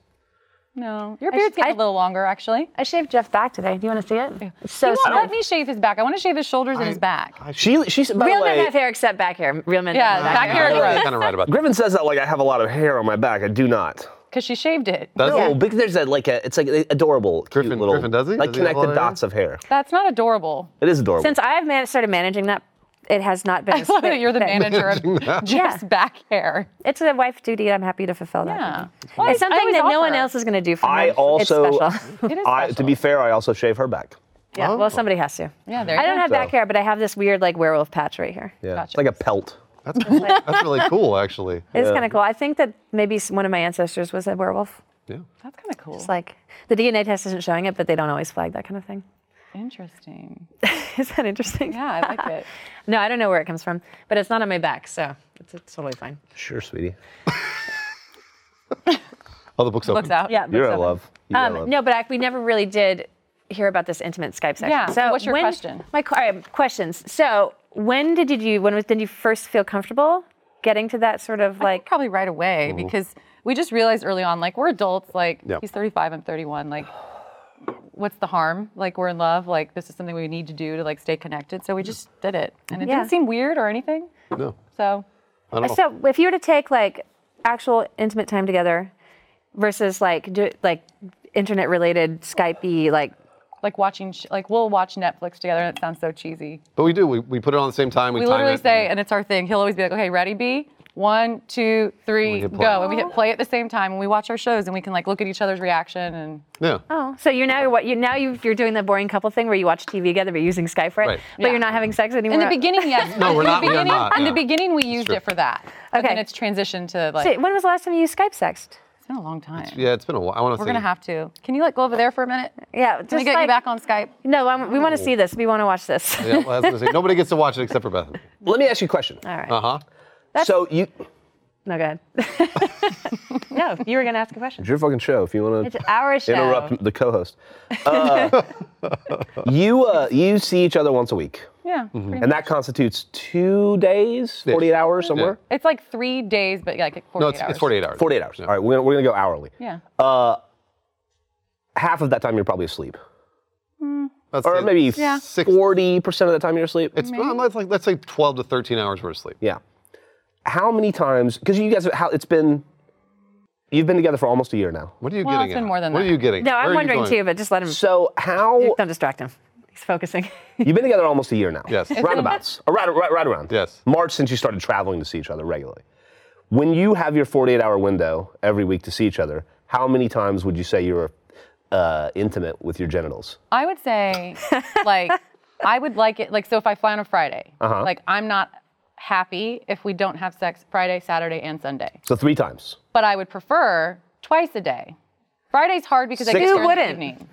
C: No. Your
A: I
C: beard's
A: sh-
C: getting
A: I-
C: a little longer actually.
A: I shaved Jeff back today. Do you want to see it? It's
C: He
A: So
C: won't
A: small.
C: let me shave his back. I want to shave his shoulders and his back.
B: She she's by
A: Real
B: the way.
A: men have hair except back hair. Real men.
C: Yeah,
A: have
C: back hair
E: You're
C: grows.
E: kind of right about that.
B: Griffin says that like I have a lot of hair on my back. I do not.
C: Because she shaved it.
E: Does
B: No,
E: it?
B: because there's that like a, it's like a adorable, cute
E: Griffin-
B: little,
E: Griffin, does he?
B: like
E: Does he have
B: connect
E: a lot
B: the
E: of hair?
B: dots of hair.
C: That's not adorable.
B: It is adorable.
A: Since I've man- started managing that, it has not been. I
C: love that you're the manager of Jeff's back hair.
A: It's a wife duty. I'm happy to fulfill that.
C: Yeah.
A: duty.
C: Well,
A: It's
C: I- I
A: something
C: always
A: that no one
C: offer.
A: else is going to do for me.
B: I also,
A: It's special.
C: It is
B: I, to
C: special.
B: be fair, I also shave her back.
A: Yeah, well, somebody has to.
C: Yeah, there
A: I
C: you
A: don't
C: go.
A: have back
B: So-
A: hair, but I have this weird like werewolf patch right here.
B: Yeah, it's
C: Gotcha.
B: like a pelt.
E: That's, cool. That's really cool, actually.
A: It's kind of cool. I think that maybe s- one of my ancestors was a werewolf.
E: Yeah.
C: That's kind of cool.
A: It's like the DNA test isn't showing it, but they don't always flag that kind of thing.
C: Interesting.
A: Is that interesting?
C: Yeah, I like it.
A: No, I don't know where it comes from, but it's not on my back, so it's, it's totally fine.
B: Sure, sweetie.
E: Oh, the book's open.
C: Looks out.
A: Yeah.
B: You're
A: looks
B: a
A: up.
B: love. You're a love.
A: Um, no, but I, we never really did hear about this intimate Skype session.
C: Yeah, so what's your question?
A: My qu- all right, questions. So when did you do? When was, did you first feel comfortable getting to that sort of like?
C: probably right away because we just realized early on like we're adults like
E: Yep.
C: he's 35 i'm 31 like what's the harm like we're in love like this is something we need to do to like stay connected so we just did it and it
A: Yeah.
C: didn't seem weird or anything
E: No.
C: so
E: I don't know.
A: So if you were to take like actual intimate time together versus like do, like internet related Skypey like
C: Like watching, sh- like we'll watch Netflix together, and it sounds so cheesy.
E: But we do. We, we put it on at the same time. We,
C: We
E: time
C: literally
E: it.
C: say, and it's our thing. He'll always be like, "Okay, ready, B? One, two, three,
E: hit play.
C: go!" And we hit play at the same time, and we watch our shows, and we can like look at each other's reaction. And
E: Yeah.
A: oh so you're now what you now you you're doing the boring couple thing where you watch TV together but you're using Skype for it
E: Right.
A: but you're not having sex anymore.
C: in the beginning, yes.
E: No,
C: In
E: we're
C: the
E: not- we are
C: beginning-
E: not,
C: In
E: yeah.
C: the beginning, we used
E: true.
C: it for that. But
A: Okay.
C: then it's transitioned to like.
A: Shit, when was the last time you Skype sexed?
C: It's been a long time.
E: Yeah, it's been a while. I want to
C: We're
E: say.
C: gonna have to. Can you like go over there for a minute?
A: Yeah,
C: Can
A: just
C: we get
A: like-
C: you back on Skype?
A: No, um, we want to see this. We want to watch this.
E: Yeah, well, I was gonna say, nobody gets to watch it except for Bethany.
B: Let me ask you a question.
A: All right.
E: Uh huh.
B: So you,
A: No, go ahead. no, you were gonna ask a question.
B: it's your fucking show. If you want
A: It's
B: to
A: our show.
B: interrupt the co-host, Uh, you uh, you see each other once a week,
C: Yeah.
E: Mm-hmm.
C: pretty much.
B: and that constitutes two days, 48 hours somewhere.
C: It's like three days, but like 48
E: No, it's,
C: hours.
E: it's 48 hours.
B: 48 hours. All right, we're gonna, we're gonna go hourly.
C: Yeah.
B: Half of that time you're probably asleep,
E: Let's
B: or
E: say
B: maybe
C: Yeah.
B: 40 percent of the time you're asleep.
E: It's well, let's like let's say 12 to 13 hours we're asleep.
B: Yeah. How many times? Because you guys, how it's been. You've been together for almost a year now.
E: What are you
C: Well,
E: getting?
C: it's been
E: at?
C: more than
E: What
C: that.
E: are you getting?
A: No,
E: at? Where are
A: I'm
E: you
A: wondering
E: going?
A: too, but just let him.
B: So how
A: Don't distract him. He's focusing.
B: you've been together almost a year now?
E: Yes. It's been-
B: Roundabouts. Or right, right, right around.
E: Yes.
B: March since you started traveling to see each other regularly. When you have your 48-hour window every week to see each other, how many times would you say you're uh, intimate with your genitals?
C: I would say, like, I would like it. Like, so if I fly on a Friday, like, I'm not happy if we don't have sex Friday, Saturday, and Sunday.
B: So three times.
C: But I would prefer twice a day. Friday's hard because I
B: Six
C: get there
A: Who
C: in the
A: wouldn't?
C: evening.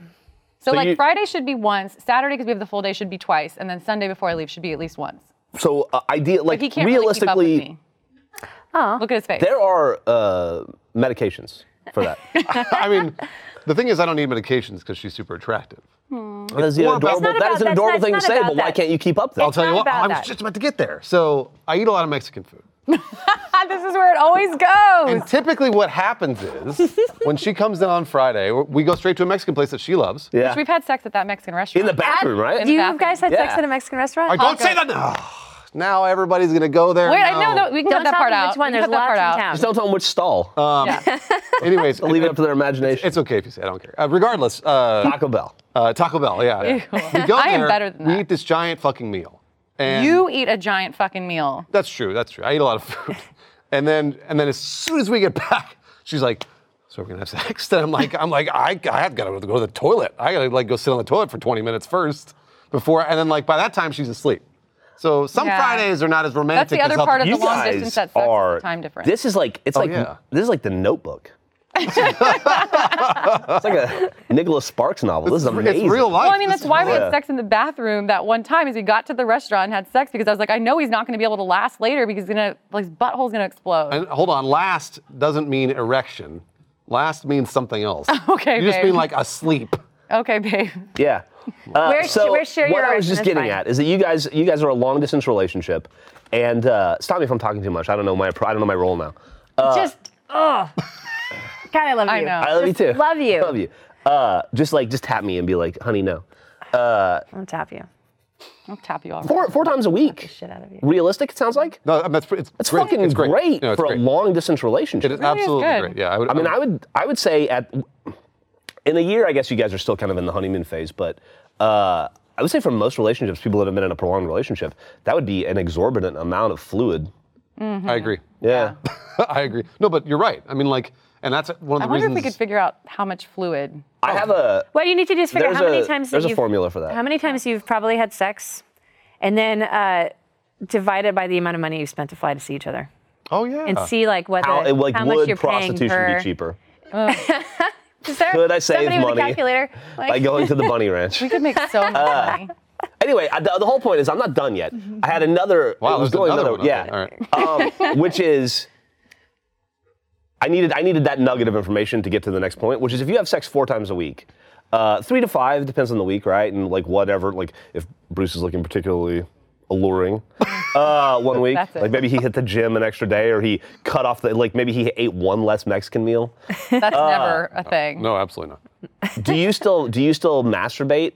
C: So,
B: So
C: like,
B: you-
C: Friday should be once. Saturday, because we have the full day, should be twice. And then Sunday before I leave should be at least once.
B: So uh, idea like
C: He can't
B: realistically,
C: really keep up with me. Look at his face.
B: there are uh, medications for that.
E: I mean, the thing is, I don't need medications because she's super attractive.
B: that is, an
E: Well, that's
B: adorable,
A: not
B: that
A: about-
B: is an
A: that's
B: adorable
A: not-
B: thing to
A: it's not
B: say,
A: about
B: but why
A: that.
B: can't you keep up that?
E: I'll tell you
A: not
E: what,
A: about
E: I was
A: that.
E: just about to get there. So I eat a lot of Mexican food.
C: this is where it always goes.
E: And typically, what happens is when she comes down on Friday, we go straight to a Mexican place that she loves.
B: Yeah.
C: Which we've had sex at that Mexican restaurant.
B: In the bathroom, right?
C: In
A: Do you
C: bathroom. Oh,
A: guys had sex
B: Yeah.
A: at a Mexican restaurant?
E: I don't say that now. Now everybody's gonna go there.
C: Wait,
E: now.
C: I know. No, we can
A: Don't
C: cut that
A: tell
C: part
A: me
C: out.
A: which one.
C: We
A: There's
C: can cut
A: lots
C: that part
A: in
C: out.
A: town.
B: Just don't tell them which stall.
C: Yeah.
E: Anyways,
B: Leave it up to their imagination.
E: Uh, It's okay if you say. I don't care. Uh, regardless, uh,
B: Taco Bell.
E: uh, Taco Bell. Yeah. We go
C: I am
E: there,
C: better than
E: We
C: that.
E: eat this giant fucking meal. And
C: you eat a giant fucking meal.
E: That's true. That's true. I eat a lot of food. and then and then as soon as we get back, she's like, "So we're gonna have sex?" Then I'm like, "I'm like, I I have gotta go to the toilet. I gotta like go sit on the toilet for 20 minutes first before." And then like by that time she's asleep. So some
C: Yeah.
E: Fridays are not as
C: That's
E: romantic.
C: the other
E: as other-
C: part of
B: You
C: the long
B: guys
C: distance that sucks. is the
B: are
C: time difference.
B: This is like it's like
E: Oh, yeah.
B: this is like the Notebook. it's like a Nicholas Sparks novel. This is amazing.
E: It's real life.
C: well, I mean,
E: This
C: that's
E: is
C: why
E: real
C: we had
E: life.
C: sex in the bathroom that one time. Is we got to the restaurant and had sex because I was like, I know he's not going to be able to last later because he's gonna, like, his butthole's going to explode.
E: And hold on, last doesn't mean erection. Last means something else.
C: Okay,
E: You just
C: babe.
E: mean like asleep.
C: okay, babe.
B: Yeah. Uh,
A: We're-
B: so
A: we're sure
B: what
A: you're
B: I was
A: right,
B: just
A: that's
B: getting
A: fine.
B: at is that you guys you guys are a long distance relationship, and uh, stop me if I'm talking too much. I don't know my I don't know my role now.
A: just oh. God, I love you.
C: I know.
B: I love you
A: Just
B: too.
A: love you.
B: Love you. Uh, just like just tap me and be like, honey, no. Uh,
A: I'll tap you.
C: I'll tap you off.
B: Four four times a week.
A: Shit out of you.
B: Realistic, it sounds like.
E: No, I mean, that's it's
B: That's
E: great.
B: fucking
E: it's great, No, it's
B: for
E: great.
B: a long distance relationship.
E: It is
C: really is
E: absolutely
C: good.
E: great. Yeah, I would.
B: I mean, I would I would say at in a year, I guess you guys are still kind of in the honeymoon phase, but uh, I would say for most relationships, people that have been in a prolonged relationship, that would be an exorbitant amount of fluid.
E: I agree.
B: Yeah.
E: I agree. No, but you're right. I mean, like, and that's
C: I
E: one of the
C: wonder
E: reasons.
C: if we could figure out how much fluid.
B: I have a
A: What you need to do is figure out
B: There's
A: how many
B: a-
A: times that
B: there's a
A: you've-
B: formula for that.
A: How many times you've probably had sex, and then uh, divide it by the amount of money you spent to fly to see each other,
E: oh yeah.
A: and see like what
B: Uh, how,
A: the,
B: like
A: how much
B: would
A: you're paying
B: prostitution
A: per.
B: be cheaper?
A: Is there
B: Could I save
A: somebody with
B: money
A: a calculator?
B: By
A: Like,
B: going to the bunny ranch.
C: We could make so much money.
B: anyway, I, the, the whole point is I'm not done yet.
C: Mm-hmm.
B: I had another.
E: wow,
B: it was
E: there's
B: going
E: another one.
B: yeah.
E: Okay, all right.
B: um, which is I needed I needed that nugget of information to get to the next point, which is if you have sex four times a week, uh, three to five depends on the week, right? And like whatever, like if Bruce is looking particularly alluring uh, one week,
C: That's it.
B: like maybe he hit the gym an extra day, or he cut off the like maybe he ate one less Mexican meal.
C: That's never a thing.
E: No, absolutely not.
B: Do you still do you still masturbate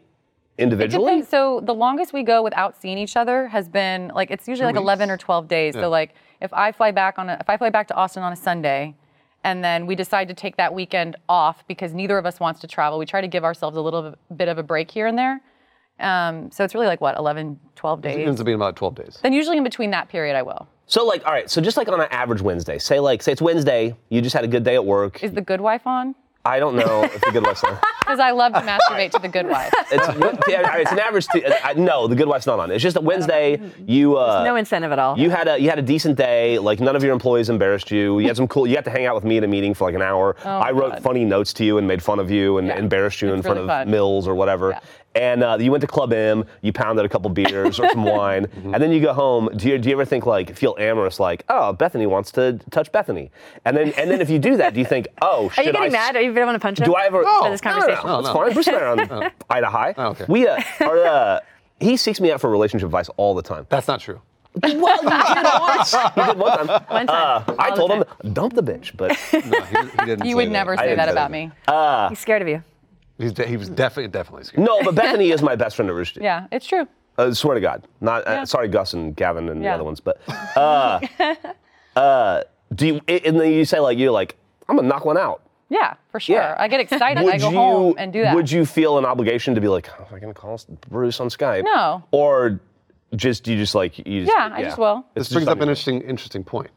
B: individually?
C: Depends. So the longest we go without seeing each other has been like it's usually like
E: weeks?
C: 11 or 12 days.
E: Yeah.
C: So like if I fly back on a, if I fly back to Austin on a Sunday, and then we decide to take that weekend off because neither of us wants to travel. We try to give ourselves a little of a- bit of a break here and there. Um, so it's really like what 11, 12
E: It
C: days.
E: ends up being about 12 days.
C: Then usually in between that period, I will.
B: So like, all right. So just like on an average Wednesday, say like, say it's Wednesday. You just had a good day at work.
C: Is the Good Wife on?
B: I don't know if the good wife's on.
C: Because I love to masturbate to the Good Wife.
B: It's, yeah, all right, it's an average. T- uh, I, no, the good wife's not on. It's just a Wednesday. You uh,
A: No incentive at all.
B: you had a you had a decent day. Like none of your employees embarrassed you. You had some cool. You got to hang out with me at a meeting for like an
A: Oh,
B: hour. I wrote
C: God.
B: funny notes to you and made fun of you and
C: Yeah.
B: embarrassed you in
C: It's
B: front
C: really
B: of
C: fun.
B: Mills or whatever.
C: Yeah.
B: And uh, you went to Club M. You pounded a couple beers or some wine,
E: Mm-hmm.
B: and then you go home. Do you do you ever think like feel amorous like oh Bethany wants to touch Bethany, and then and then if you do that, do you think oh
A: Are you
B: should
A: getting
B: I
A: mad? Are you going to punch him?
B: do I ever? Oh,
E: No,
A: for this
E: no,
A: conversation?
B: No, no, no,
E: No,
B: it's
E: Oh, no.
B: fine. Bruce and I are on Ida High.
E: Oh, okay.
B: We uh, are. Uh, he seeks me out for relationship advice all the time.
E: That's not true.
B: Well, you did once. You did one time.
A: One time.
B: Uh, I
A: All the
B: told him
A: time.
B: dump the bitch, but
E: No, he, he didn't.
C: You
E: say
C: would
E: that.
C: never
E: I
C: say
E: didn't
C: that about me.
B: Uh,
A: He's scared of you.
E: He's de- he was definitely definitely scared.
B: no. But Bethany is my best friend at Rooster. Teeth.
C: Yeah, it's true.
B: Uh, swear to God. Not
C: Yeah.
B: uh, sorry, Gus and Gavin and the
C: Yeah.
B: other ones, but uh, uh, do you? And then you say like you're like I'm gonna knock one out.
C: Yeah, for sure.
B: Yeah.
C: I get excited. I go home and do that.
B: Would you feel an obligation to be like, oh, am I gonna call Bruce on Skype?
C: No.
B: Or just you just like you just,
C: Yeah, I just will.
B: It's
E: This
B: just
E: brings up
B: on
E: an
B: you.
E: interesting, interesting point.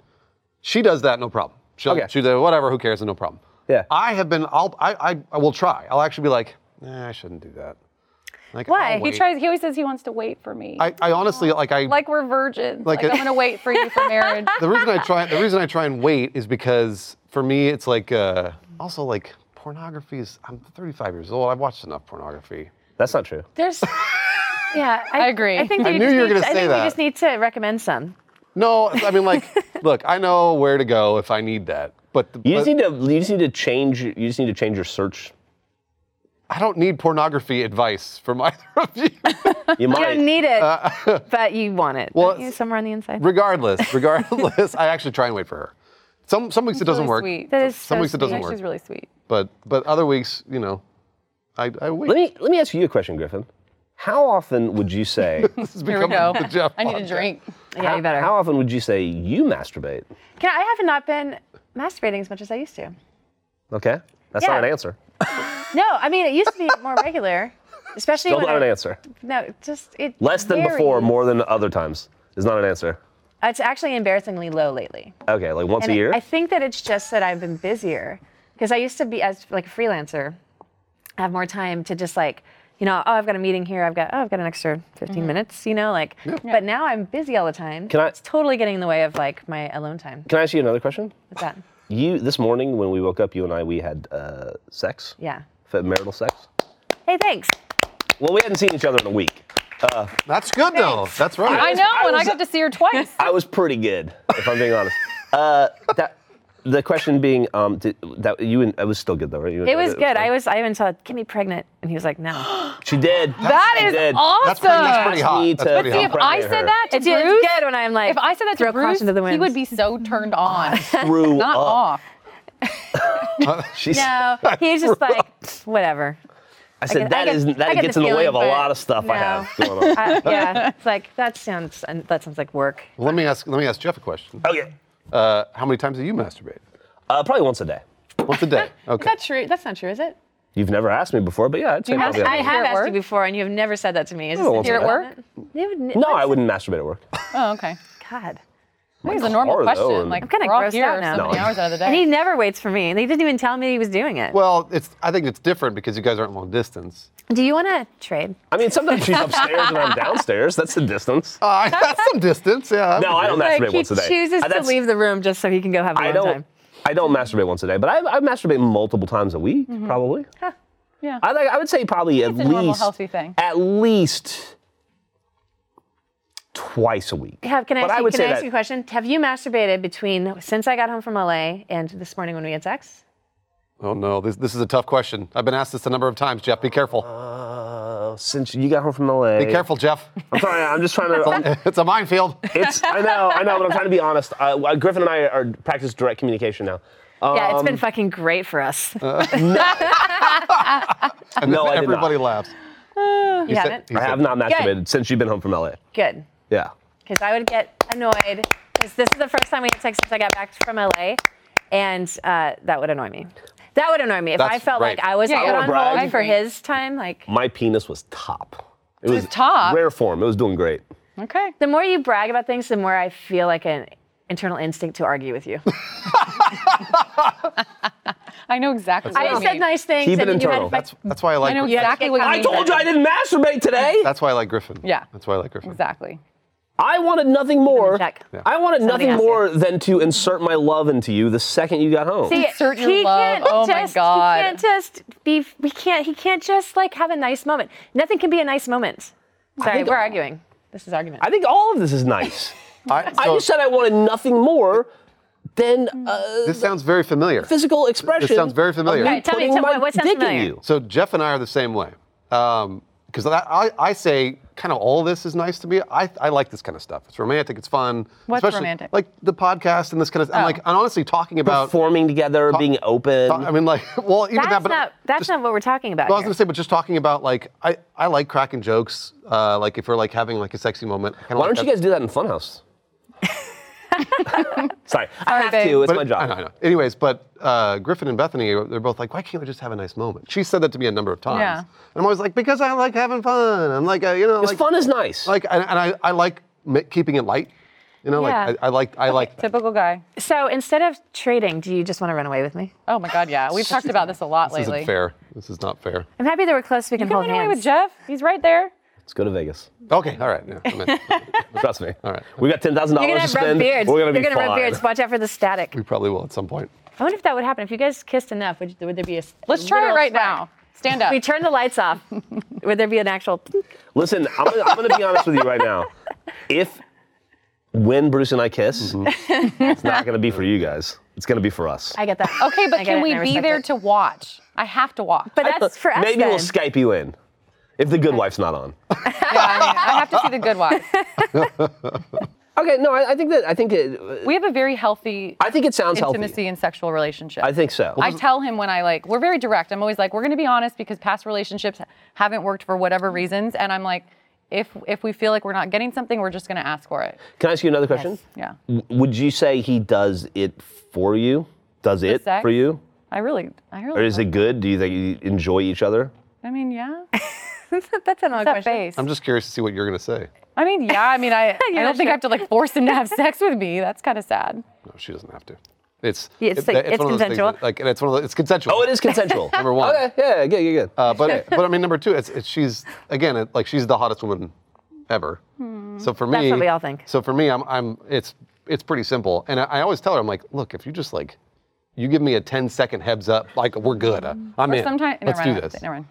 E: She does that, no problem. She'll,
B: Okay.
E: She does whatever, who cares, and no problem.
B: Yeah.
E: I have been. I'll. I. I, I will try. I'll actually be like, nah, I shouldn't do that. Like,
A: Why?
E: I'll
A: He
E: wait.
C: He tries. He always says he wants to wait for me.
E: I, I honestly like. I
C: like we're virgins.
E: Like
C: Like,
E: a-
C: I'm gonna wait for you for marriage.
E: the reason I try the reason I try and wait is because for me it's like uh, also like pornography is I'm 35 years old. I've watched enough pornography.
B: That's not true.
A: There's. Yeah, I,
C: I agree.
A: I think
E: I
A: that you
E: knew
A: just
E: you were
A: need
E: gonna
A: to- I
E: say
A: think we
E: that.
A: just need to recommend some.
E: No, I mean like look, I know where to go if I need that. But, the,
B: You just
E: but
B: need to you just need to change you just need to change your search.
E: I don't need pornography advice from either of you.
B: You
A: You
B: might
A: don't need it, but you want it.
E: Uh, Well,
A: don't you?
E: it's-
A: somewhere on the inside.
E: regardless, regardless, I actually try and wait for her. Some some weeks it doesn't
C: really
E: work.
C: sweet.
A: That is
E: Some
A: so
E: weeks it
A: sweet.
E: doesn't
C: Yeah,
E: work.
C: She's really sweet.
E: But but other weeks, you know, I, I wait.
B: let me let me ask you a question, Griffin. How often would you say
E: this is
C: Here we go.
E: the Jeff
C: I need a
E: podcast.
C: drink.
A: yeah, you better.
B: how often would you say you masturbate?
A: Can I, I have not been masturbating as much as I used to.
B: Okay? That's
A: Yeah.
B: not an answer.
A: No, I mean it used to be more regular, especially
B: Still
A: when
B: not an
A: I-
B: answer.
A: No, just it.
B: Less than before,
A: varies.
B: more than other times is not an answer.
A: It's actually embarrassingly low lately.
B: Okay, like once
A: And
B: a
A: I-
B: year?
A: I think that it's just that I've been busier because I used to be as like a freelancer, I have more time to just like, you know, oh, I've got a meeting here. I've got oh, I've got an extra 15 minutes, you know, like. But now I'm busy all the time.
B: Can I-
A: It's totally getting in the way of like my alone time.
B: Can I ask you another question?
A: What's that?
B: You this morning when we woke up, you and I we had uh, sex.
A: Yeah.
B: F- Marital sex.
A: Hey, thanks.
B: Well, we hadn't seen each other in a week.
E: That's good though. That's right.
C: I know,
B: I
C: and I
B: was-
C: got to see her twice.
B: I was pretty good, if I'm being honest. Uh, that, the question being, um, did, that you and it was still good though, right? You and-
A: It was good.
B: fine.
A: I was I even said, "Get me pregnant," and he was like, "No."
B: She did.
C: That
B: she
C: is
B: did.
C: awesome.
E: That's pretty, that's pretty hot.
B: Need
E: That's
B: to-
E: pretty
B: But
C: See,
B: Yeah.
C: if
E: hot.
C: I
B: Pregnant her.
C: said that to
A: It did
C: Bruce,
A: good when I'm like.
C: if I said that
A: throw
C: to Bruce,
A: caution to the
C: he
A: wind.
C: would be so turned on,
B: Threw
C: not
B: up.
C: off.
B: She's,
A: No, he's just like whatever.
B: I said
A: get- I
B: that
A: get-
B: is
A: I
B: that
A: get
B: gets
A: the
B: in the way
A: feeling,
B: of a
A: but
B: lot of stuff I
A: no.
B: have going on.
A: I, yeah, it's like that sounds and that sounds like work.
E: Let me ask. Let me ask Jeff a question.
B: okay.
E: Uh, how many times do you masturbate?
B: Uh, probably once a day.
E: Once a day.
A: Is
E: Okay.
A: that true? That's not true, is it?
B: You've never asked me before, but yeah, I'd say
C: you
B: probably.
C: ask-
B: on
A: I
B: a-
C: Here
A: have
C: at
A: asked you
C: work?
A: before, and you have never said that to me. Is
B: I don't
A: this
B: want
A: here
B: to
A: at
B: do
A: work? They would n-
B: no, I
A: that's-
B: wouldn't masturbate at work.
C: Oh, okay.
A: God,
C: That was a normal
B: hard,
C: question.
B: though, and-
C: like,
B: I'm
A: kinda
C: we're all
A: grossed
C: here
A: out now.
C: so many
B: No.
C: hours out of the day.
A: and he never waits for me. They didn't even tell me he was doing it.
E: Well, it's. I think it's different because you guys aren't long distance.
A: Do you want to trade?
B: I mean, sometimes she's upstairs and I'm downstairs. That's the distance.
C: Oh,
E: Uh, that's some distance. Yeah.
B: no, I don't masturbate
A: he
B: once a day.
A: chooses
B: Uh,
A: to
B: that's-
A: leave the room just so he can go have a
B: I
A: long
B: don't.
A: time.
B: I don't masturbate once a day, but I, I masturbate multiple times a week, probably.
C: Mm-hmm. yeah.
B: I, like- I would say probably at
C: a normal,
B: least
C: healthy thing.
B: at least twice a week.
A: Have, can I
B: but
A: ask,
B: I
A: you,
B: would
A: can
B: say
A: I ask
B: that
A: you a question? Have you masturbated between since I got home from LA and this morning when we had sex?
E: Oh no, this this is a tough question. I've been asked this a number of times, Jeff. Be careful.
B: uh, since you got home from LA.
E: Be careful, Jeff.
B: I'm sorry. I'm just trying to.
E: it's a minefield.
B: it's. I know. I know. But I'm trying to be honest. Uh, Griffin and I are practice direct communication now.
A: yeah, it's been
B: uh,
A: fucking great for us.
B: No, I did not.
E: Everybody laughs.
A: You
E: said-
A: haven't?
E: he
B: I
E: said-
B: have not
A: Good.
B: masturbated since you've been home from LA.
A: Good.
B: Yeah.
A: Because I would get annoyed. Because this is the first time we had sex since I got back from LA. And uh, that would annoy me. That would annoy me. If I
E: That's
A: felt like
E: right.
A: I was
C: Yeah,
A: put
C: yeah.
A: on
B: Brag.
A: hold for his time, like
B: My penis was top. It was
C: top?
B: Rare form. It was doing great.
C: Okay.
A: the more you brag about things, the more I feel like an internal instinct to argue with you.
C: I know exactly. what
A: I
C: you
A: just said
C: mean.
A: nice things,
B: Keep it
A: and then you had
B: internal.
A: to fight-
E: That's, that's why I like.
C: I know
E: Griffin.
C: exactly what you
A: I
B: I
C: mean.
B: told you I didn't masturbate today.
E: That's why I like Griffin.
C: Yeah.
E: That's why I like Griffin.
C: Exactly.
B: I wanted nothing more.
A: check. Yeah.
B: I wanted
A: Somebody
B: nothing
A: asked
B: more than to insert my love into you the second you got home.
A: See,
C: Insert your
A: he
C: love.
A: can't
C: Oh my
A: just,
C: God.
A: He can't just be. We can't. He can't just like have a nice moment. Nothing can be a nice moment. Sorry,
B: think-
A: we're arguing. This is argument.
B: I think all of this is nice.
E: I,
B: I
E: so
B: just said I wanted nothing more than uh,
E: this sounds very familiar.
B: physical expression.
E: sounds very
B: of
E: familiar.
B: me
E: Right,
A: tell me,
B: putting
A: tell me,
B: my
A: what sounds
B: dick in
A: familiar?
B: you.
E: So Jeff and I are the same way. Because I, I say kind of all this is nice to me. I, I like this kind of stuff. It's romantic. It's fun.
C: What's
E: especially,
C: romantic?
E: Like the podcast and this kind of. I'm
C: Oh.
E: like, and honestly, talking about.
B: Performing together, being open.
E: I mean, like, well, even
A: that's
E: that. But
A: not. That's not what we're talking about.
E: Well, I was
A: here.
E: gonna say, but just talking about like, I, I like cracking jokes. Uh, like if we're like having like a sexy moment. I kinda
B: Why
E: like
B: don't you
E: that.
B: guys do that in Funhouse? Sorry, I have
C: babe.
B: to. It's
E: But-
B: my job.
E: I know, I know. Anyways, but uh, Griffin and Bethany, they're both like, why can't we just have a nice moment? She said that to me a number of times.
C: Yeah.
E: And I'm always like, because I like having fun. I'm like, uh, you know,
B: 'Cause
E: like
B: fun is nice.
E: Like, and, and I, I like ma- keeping it light. You know,
A: Yeah.
E: like I, I like, I like. That.
C: Typical guy.
A: So instead of trading, do you just want to run away with me?
C: Oh my God. Yeah. We've talked about this a lot
E: This
C: lately.
E: isn't fair. This is not fair.
A: I'm happy that we're close. We can,
C: You can
A: hold
C: run away
A: hands.
C: with Jeff. He's right there.
B: Let's go to Vegas.
E: Okay, all right. Yeah, I'm in.
B: Trust me.
E: All right.
B: We got ten thousand
A: You're
B: dollars
A: gonna have red
B: to spend.
A: beards.
B: We're gonna be
A: You're gonna have
B: fine.
A: red beards. Watch out for the static.
E: we probably will at some point.
A: I wonder if that would happen if you guys kissed enough. Would, would there be a? s-
C: Let's try it
A: literal
C: right
A: spark?
C: now. Stand up.
A: We turn the lights off. would there be an actual?
B: Listen, I'm gonna, I'm gonna be honest with you right now. If when Bruce and I kiss,
E: Mm-hmm.
B: it's not gonna be for you guys. It's gonna be for us.
A: I get that.
C: Okay,
A: I
C: but
A: get it,
C: can we
A: and I
C: be
A: respect
C: there
A: it.
C: to watch? I have to watch.
A: But that's for us.
B: Maybe
A: then.
B: we'll Skype you in if the good wife's not on.
C: Yeah, I, mean, I have to see the good wife.
B: Okay, no, I, I think that I think it,
C: We have a very healthy
B: I think it sounds
C: intimacy
B: healthy.
C: and sexual relationship.
B: I think so.
C: I tell him when I like, we're very direct. I'm always like, we're going to be honest because past relationships haven't worked for whatever reasons. And I'm like, if if we feel like we're not getting something, we're just going to ask for it.
B: Can I ask you another question?
C: Yeah.
B: W- Would you say he does it for you? Does it
C: sex?
B: for you?
C: I really, I
B: Or
C: really,
B: is it good? Do you think you enjoy each other?
C: I mean, yeah.
A: that's another
C: That
A: question.
C: face.
E: I'm just curious to see what you're gonna say.
C: I mean, yeah. I mean, I, I
A: not
C: don't think
A: sure.
C: I have to like force him to have sex with me. That's kind of sad.
E: No, she doesn't have to. It's
A: Yeah, it's like- it's
E: one of those things
A: consensual.
E: that, like, and it's one of the, it's consensual.
B: Oh, it is consensual.
E: Number one.
B: Okay, yeah, good, good, good.
E: Uh, but but I mean, number two, it's, it's she's again it, like she's the hottest woman ever. So for me,
A: Hmm. That's what we all think.
E: So for me, I'm I'm it's it's pretty simple, and I, I always tell her, I'm like, look, if you just like, you give me a 10 second heads up, like we're good. Uh,
A: Mm-hmm.
E: I'm
C: Or
E: in.
C: sometimes,
E: Let's
C: never mind,
E: do this.
C: Never mind.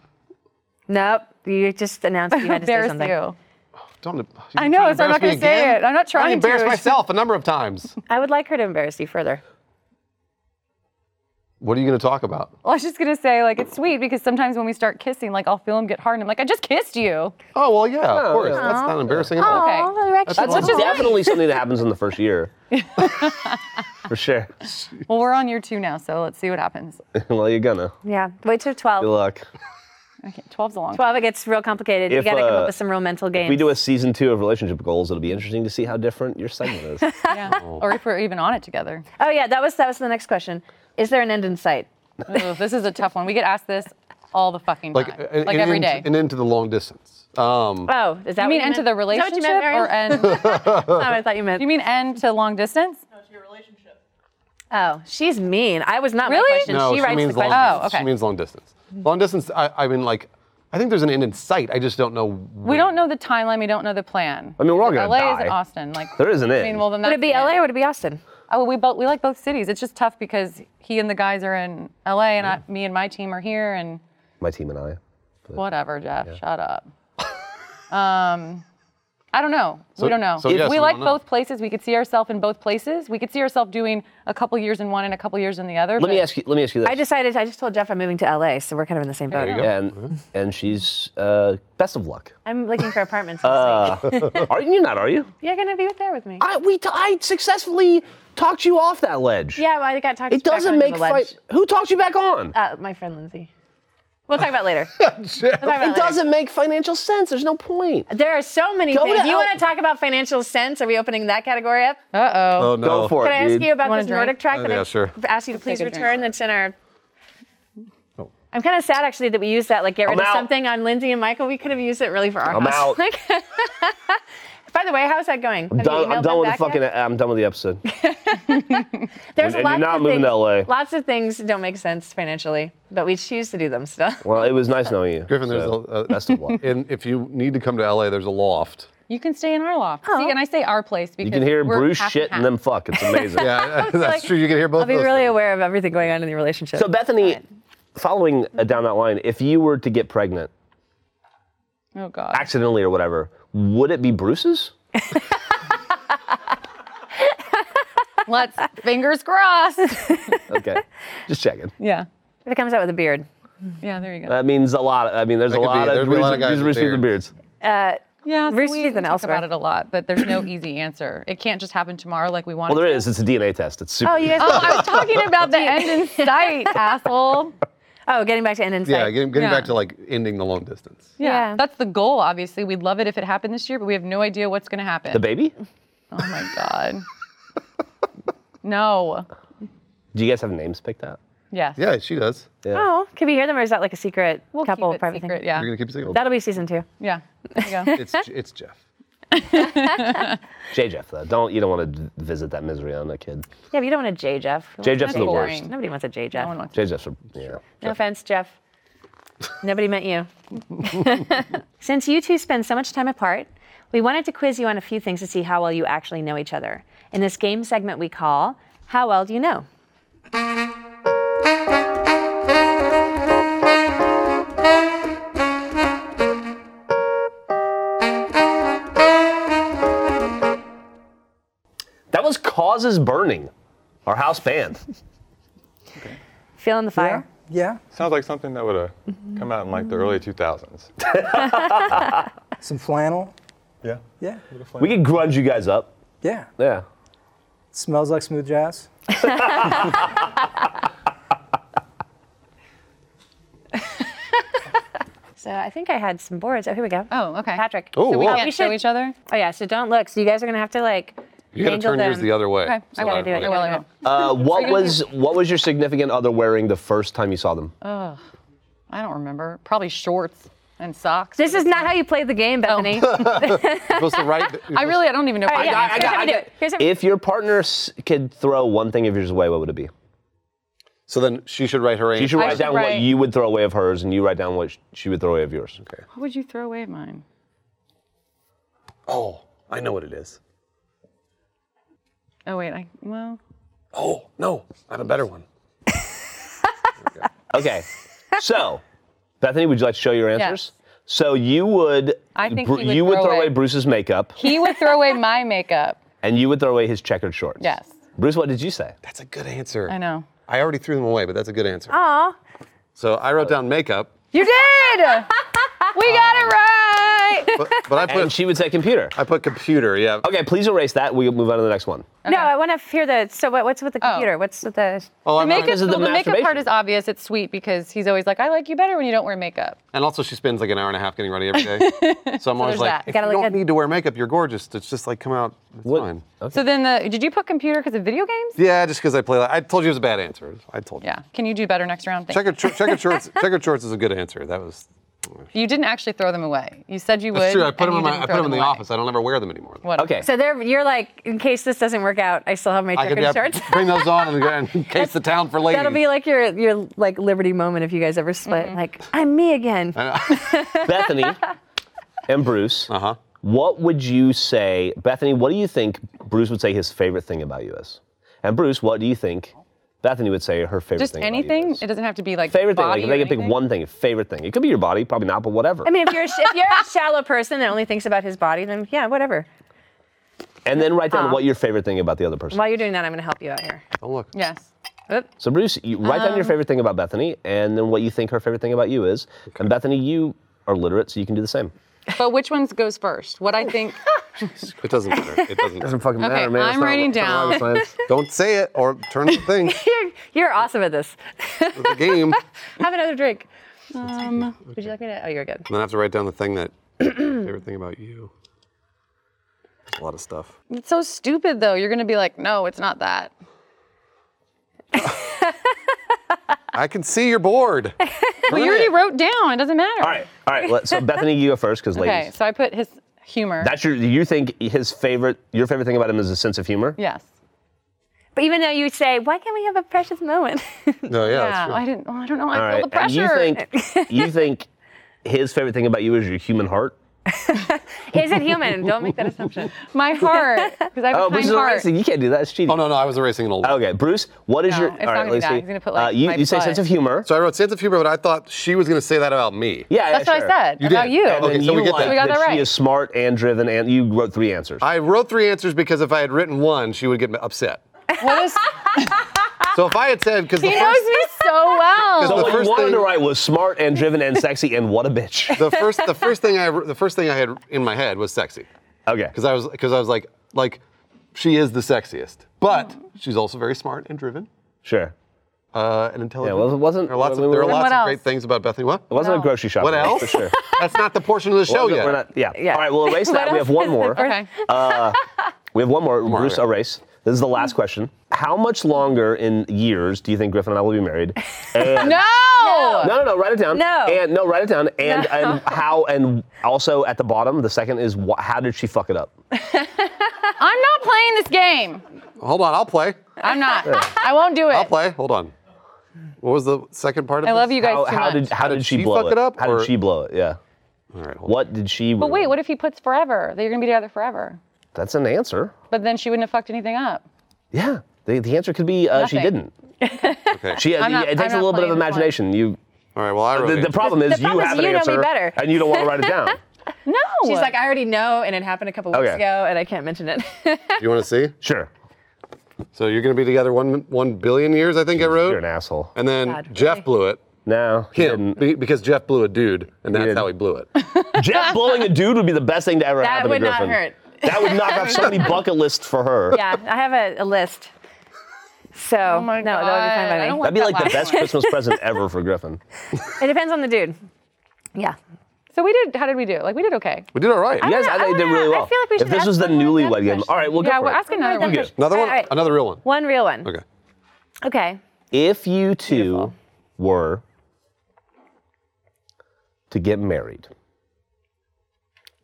A: Nope. You just announced you had to say
C: Embarrass
A: something.
C: you.
E: Don't.
C: I know,
E: trying
C: so I'm not
E: embarrass me
C: gonna say
E: again?
C: it. I'm not
E: I
C: trying to.
E: embarrassed
C: It's just-
E: myself a number of times.
A: I would like her to embarrass you further.
E: what are you going to talk about?
C: Well, I was just gonna say, like, it's sweet because sometimes when we start kissing, like, I'll feel him get hard, and I'm like, I just kissed you.
E: Oh well, yeah,
B: Oh,
E: of course.
B: yeah.
E: That's not embarrassing at all.
C: Okay.
A: Oh, the erection.
B: That's
C: Which is
B: definitely something that happens in the first year. for sure.
C: Well, we're on year two now, so let's see what happens.
B: well, you're gonna.
A: yeah. Wait till 12.
B: Good luck.
C: Okay, 12's a long.
A: 12, it gets real complicated. you
B: If,
A: got to come
B: uh,
A: up with some real mental games.
B: We do a season two of relationship goals. It'll be interesting to see how different your segment is.
C: Yeah.
B: Oh.
C: Or if we're even on it together.
A: oh, yeah. That was that was the next question. Is there an end in sight?
C: Ugh, this is a tough one. We get asked this all the fucking time,
E: Like
C: like,
B: uh,
E: and, and
C: every
E: into,
C: day.
E: and into the long distance. Um,
A: Oh, is that
C: you
A: what
C: mean
A: you
C: end
A: meant?
C: to the
A: Is that
C: relationship
A: what you meant,
C: or
A: Marion?
C: end?
A: That's not what I thought you meant.
C: you mean end to long distance?
A: oh, she's mean. I was not
C: Really?
A: my question.
E: No,
A: she
E: she,
A: writes
E: means
A: the
E: long
A: question.
E: distance.
C: Oh, okay.
E: She means long distance. Long distance, I, I mean, like, I think there's an end in sight. I just don't know.
C: We don't know the timeline. We don't know the plan.
B: I mean, we're all
C: Is it
B: gonna
C: LA is
B: die.
C: it Austin? Like
B: There is an
C: I mean,
B: end.
C: well, then
A: Oh, Would
C: that's
A: it be
C: the end.
A: LA or would it be Austin?
C: Oh, we both we like both cities. It's just tough because he and the guys are in LA, and I, me and my team are here, and
B: My team and I.
C: whatever, Jeff. Shut up. um, I don't know. we don't know.
E: so yes,
C: we
E: we
C: like
E: don't know.
C: both places. We could see ourselves in both places. We could see ourselves doing a couple years in one and a couple years in the other.
B: Let me
C: but-
B: ask you. Let me ask you this.
A: I decided, I just told Jeff I'm moving to LA, so we're kind of in the same boat.
E: you go.
B: and and she's uh, best of luck.
A: I'm looking for apartments.
B: Are you you're not? Are you?
A: You're going to be there with me.
B: I we t- I successfully talked you off that ledge.
A: Yeah, well, I got talked
B: It
A: back
B: doesn't
A: onto
B: make
A: the ledge.
B: fight. Who talked you back on?
A: Uh, my friend Lindsay. We'll talk about it later. We'll talk about
B: It
A: later.
B: doesn't make financial sense. There's no point.
A: There are so many
B: Go
A: things.
B: to
A: You
B: Al-
A: want to talk about financial sense? Are we opening that category up?
E: Oh no.
B: Go for
A: Can I
B: it, dude.
A: ask you about
C: Wanna
A: this
C: drink?
A: Nordic
B: Oh,
A: track?
E: Uh,
A: that
E: yeah,
A: I
E: sure.
A: Ask you to please
C: take a drink.
A: return. That's in our. I'm kind of sad actually that we used that. Like, get rid
B: Oh. I'm
A: of
B: out.
A: something on Lindsay and Michael. We could have used it really for our
B: I'm
A: house.
B: out.
A: Like, by the way, how's that going? Have you
B: Done- I'm
A: emailed
B: done
A: them
B: with the
A: back yet?
B: fucking. I'm done with the episode.
A: There's
B: and you're
A: lots
B: not
A: of
B: moving
A: things,
B: to LA.
A: Lots of things don't make sense financially, but we choose to do them still.
B: Well, it was nice knowing you.
E: Griffin, there's
B: so
E: a, uh, that's the one. And if you need to come to LA, there's a loft.
C: You can stay in our loft. See, and I say our place because
B: you can hear
C: we're
B: Bruce
C: half
B: shit and
C: half.
B: them fuck. It's amazing.
E: Yeah, that's
A: like,
E: true. You can hear both.
A: I'll be
E: those
A: really
E: things.
A: aware of everything going on in the relationship.
B: So Bethany, following uh, down that line, if you were to get pregnant
C: Oh God.
B: accidentally or whatever, would it be Bruce's?
C: Let's fingers crossed.
B: Okay, just checking.
C: yeah.
A: if it comes out with a beard.
C: Yeah. There you go.
B: That means a lot. I mean, there's a
E: could be-
B: lot, of
E: there'd be a lot of guys
B: Bruce-
E: with
B: Bruce with the beards.
A: Uh,
C: yeah.
A: Rooster
C: we,
A: Teeth
C: we
A: and
C: talk
A: elsewhere.
C: about it a lot, but there's no easy answer. It can't just happen tomorrow like we want.
B: Well,
C: it
B: there
C: to.
B: is. It's a DNA test. It's super.
A: Oh, you guys.
C: Oh, I was talking about the end in sight, asshole.
A: Oh, getting back to end in sight.
E: Yeah, getting, getting
C: Yeah.
E: back to like ending the long distance.
A: Yeah.
C: That's the goal, obviously. We'd love it if it happened this year, but we have no idea what's going to happen.
B: the baby?
C: oh my God. no.
B: Do you guys have names picked out?
C: Yes.
E: Yeah, she does.
A: Oh, can we hear them, or is that like a secret
C: We'll keep
A: couple
C: it
A: private
C: secret.
A: thing?
C: Yeah.
E: You're gonna keep single.
A: That'll be season two.
C: Yeah. There you go.
E: It's it's Jeff.
B: J Jeff though. Don't you don't want to visit that misery on that kid.
A: Yeah, but you don't want a J Jeff.
B: J Jeff's the
C: Oh, That's
B: worst.
C: boring.
A: Nobody wants a J Jeff.
C: no one
A: No,
C: wants
B: J Jeff's are yeah.
A: offense, Jeff. Nobody meant you. Since you two spend so much time apart, we wanted to quiz you on a few things to see how well you actually know each other. In this game segment we call How Well Do You Know?
B: That was causes burning. Our house band.
A: Feeling the
F: Yeah.
A: fire?
F: Yeah.
D: Sounds like something that would have come out in like the early 2000s.
F: Some flannel.
D: Yeah.
F: Yeah.
B: we could grunge you guys up.
F: Yeah.
B: Yeah.
F: smells like smooth jazz.
A: So I think I had some boards. Oh, here we go.
C: Oh, okay.
A: Patrick.
E: Oh,
A: so we,
E: whoa.
A: oh,
C: Can't
A: we
C: show
A: should.
C: each other.
A: Oh, yeah, so don't look. So you guys are going to have to like.
E: You gotta
A: angle
E: turn yours
A: them.
E: the other way.
C: Okay. I
E: So
A: gotta
E: I'm
A: do it.
E: like-
A: You're
C: Oh, Well, I won't.
B: Uh, what was what was your significant other wearing the first time you saw them?
C: Oh. I don't remember. Probably shorts and socks.
A: This is not how you play the game,
C: Oh.
A: Bethany.
E: You're supposed to write. you're
C: I
E: supposed-
C: really, I don't even know. If
A: All right,
C: I
A: yeah,
C: got,
A: here's how we do it. Here's how-
B: If your partner s- could throw one thing of yours away, what would it be?
E: So then she should write her.
B: You should
E: answer.
B: write
C: should
B: down what
C: write-
B: you would throw away of hers, and you write down what sh- she would throw away of yours. Okay.
C: What would you throw away of mine?
E: Oh, I know what it is.
C: Oh wait, I well.
E: Oh no, I have a better one.
B: Okay. so, Bethany, would you like to show your answers?
C: Yes.
B: So you would.
C: I think he would
B: you would
C: throw
B: throw away
C: away-
B: Bruce's makeup,
C: He would throw away my makeup.
B: and you would throw away his checkered shorts.
C: Yes.
B: Bruce, what did you say?
E: That's a good answer.
C: I know. Ah.
E: I already threw them away, but that's a good answer.
A: Aw.
E: So I wrote down makeup,
C: You did. we got it right.
E: but, but I
B: And
E: put
B: she would say computer.
E: I put computer. Yeah.
B: Okay, please erase that. We'll move on to the next one.
A: No, I want to hear the. So what, what's with the computer? What's with the?
E: Oh,
C: The
E: I'm not-
C: makeup,
B: Because of the
C: well, the makeup
B: masturbation.
C: part is obvious. It's sweet because he's always like, I like you better when you don't wear makeup.
E: And also, she spends like an hour and a half getting ready every day. So I'm always
C: there's
E: like,
C: that.
E: if you
A: Gotta look
E: don't
A: good.
E: need to wear makeup. You're gorgeous. It's just like come out. It's
B: What-
E: fine.
C: So then, the, did you put computer because of video games?
E: Yeah, just because I play. Like, I told you it was a bad answer. I told you.
C: Yeah. Can you do better next round? Thank
E: Checkered, shor- checkered shorts. Checkered shorts is a good answer. That was.
C: you. You didn't actually throw them away. You said you would.
E: That's true. I
C: and
E: put them.
C: you
E: In my,
C: didn't
E: I put
C: throw
E: them in the
C: away.
E: office. I don't ever wear them anymore.
C: Whatever.
B: Okay.
A: So there, you're like, in case this doesn't work out, I still have my
E: I
A: checkered
E: could yeah,
A: shorts.
E: bring those on and, go and case the town for ladies.
A: That'll be like your your like liberty moment if you guys ever split. Like I'm me again.
B: Bethany and Bruce.
E: Uh huh.
B: What would you say, Bethany? What do you think Bruce would say his favorite thing about you is? And Bruce, what do you think Bethany would say her favorite
C: Just
B: thing?
C: anything.
B: About you
C: It
B: is?
C: doesn't have to be like
B: Favorite thing. Like
C: body
B: if they
C: or
B: could pick
C: anything.
B: one thing, favorite thing. It could be your body, probably not, but whatever.
A: I mean, if you're if you're a shallow person that only thinks about his body, then yeah, whatever.
B: and then write down
C: Uh-huh.
B: what your favorite thing about the other person.
A: While you're doing that, I'm gonna help you out here.
E: Don't look.
C: Yes.
B: so Bruce, you write down your
C: Um,
B: favorite thing about Bethany, and then what you think her favorite thing about you is. And Bethany, you are literate, so you can do the same.
C: But which ones goes first? What I think.
E: It doesn't matter. It doesn't. matter.
B: fucking
C: Okay, matter, man. I'm It's not- writing it's not rocket
E: Don't say it or turn the thing.
A: You're, you're awesome at this.
E: the game.
A: have another drink. Um, would you like me to? Oh, you're good.
E: And then I have to write down the thing that favorite thing about you. There's a lot of stuff.
C: It's so stupid though. You're gonna be like, no, it's not that.
E: I can see you're bored.
C: Well, you already wrote down. It doesn't matter.
B: All right, all right. let- so Bethany, you go first, because ladies.
C: Okay, so I put his humor.
B: That's your. You think his favorite, your favorite thing about him is his sense of humor.
C: yes.
A: But even though you say, why can't we have a precious moment?
E: No, yeah, that's
C: Yeah.
E: true.
C: I didn't. Oh, I don't know. I
B: All right.
C: feel the pressure.
B: And you think you think his favorite thing about you is your human heart?
A: Is it human? Don't make that assumption.
C: My heart, because I have
B: Oh,
C: a kind
B: Bruce is
C: heart.
B: erasing. You can't do that. It's cheating.
E: Oh no, no, I was erasing an old. one.
B: Okay, Bruce. What is
C: No,
B: your?
C: it's not gonna be
B: let's
C: that.
B: see.
C: He's gonna put, like,
B: uh, you
C: my
B: you say
C: butt.
B: sense of humor.
E: So I wrote sense of humor, but I thought she was gonna say that about me.
B: yeah,
C: That's
B: yeah,
C: what
B: sure.
C: I said
E: You
C: about
E: did.
C: you.
E: And then Okay, so
B: you
E: we get
B: like
E: that.
C: We got that
B: She
C: right.
B: is smart and driven, and you wrote three answers.
E: I wrote three answers because if I had written one, she would get upset.
C: What is?
E: So if I had said, because the
C: He knows
E: first,
C: me so
B: so
E: the
C: well.
B: what
E: first
B: you wanted
E: thing-
B: to write was smart and driven and sexy and what a bitch.
E: the first, the first thing I, the first thing I had in my head was sexy,
B: Okay.
E: because I was, because I was like, like, she is the sexiest, but she's also very smart and driven
B: Sure.
E: uh, and intelligent.
B: well, it wasn't-
E: There are lots
B: well,
E: of, there are
B: then
E: lots
C: what
E: of great
C: else?
E: things about Bethany. What?
B: It wasn't a
C: No.
B: grocery shop.
E: What
B: that's
E: else?
B: For sure.
E: That's not the portion of the show
B: Well,
E: yet.
B: We're not, yeah.
A: Yeah.
B: All right, we'll erase that. We have one more.
C: Okay.
B: Uh, we have one more. Bruce,
E: okay.
B: erase. This is the last question. How much longer in years do you think Griffin and I will be married? And-
C: No.
B: No, no, no. Write it down.
A: No.
B: And no, write it down. And and how and also at the bottom, the second is wh- how did she fuck it up?
C: I'm not playing this game.
E: Hold on, I'll play.
C: I'm not. I won't do it.
E: I'll play. Hold on. What was the second part of
C: I
E: this?
C: love you guys
B: How,
C: too
B: how
C: much.
B: did how did she, blow
E: fuck it up,
B: How
E: or-
B: did she blow it? Yeah.
E: All right, hold
B: What did she?
C: but wait, what if he puts forever? That you're gonna be together forever.
B: That's an answer.
C: But then she wouldn't have fucked anything up.
B: Yeah. The, the answer could be uh, she
C: Nothing.
B: didn't.
E: on. Okay.
B: She. uh,
C: I'm not-
B: it takes a
C: I'm not
B: little bit of
C: playing this one.
B: imagination. You.
E: All right. Well, I wrote
B: The, the
E: answers.
B: problem is
A: The problem
B: you
A: is
B: have an
A: you know me
B: answer
A: better.
B: and you don't want to write it down.
C: No.
A: She's
C: "Oh
A: like, I already know, and it happened a couple weeks
B: Okay.
A: ago, and I can't mention it.
E: You want to see?
B: Sure.
E: So you're going to be together one one billion years, I think I wrote.
B: You're an asshole.
E: And then
A: God,
E: Jeff
A: really?
E: blew it.
B: No, he
E: Him,
B: didn't.
E: be- because Jeff blew a dude, and that's
B: didn't.
E: how he blew it.
B: Jeff blowing a dude would be the best thing to ever
A: That
B: happen
A: would
B: to
A: not
B: Griffin.
A: hurt.
B: That would knock off so many bucket lists for her.
A: yeah, I have a, a list. So
C: Oh my
A: no, that would be
C: God, I
A: fine by
C: don't
A: me.
C: want-
B: That'd be like the
C: That
B: best
C: last one.
B: Christmas present ever for Griffin.
A: It depends on the dude. Yeah.
C: so we did. How did we do? Like we did okay.
E: We did all right.
B: You guys, I,
A: wanna-
B: think
A: I
B: did really
A: wanna- I
B: well.
A: feel like we
B: if
A: should
B: this
A: ask
B: was the
A: someone another
B: newlywed game,
A: question.
B: all right, we'll go
C: yeah,
B: for
C: we're
B: it.
C: asking another one.
A: Another
E: Good. Another one.
A: All right.
E: Another real one.
A: One real one.
E: Okay.
A: Okay.
B: If you two were to get married,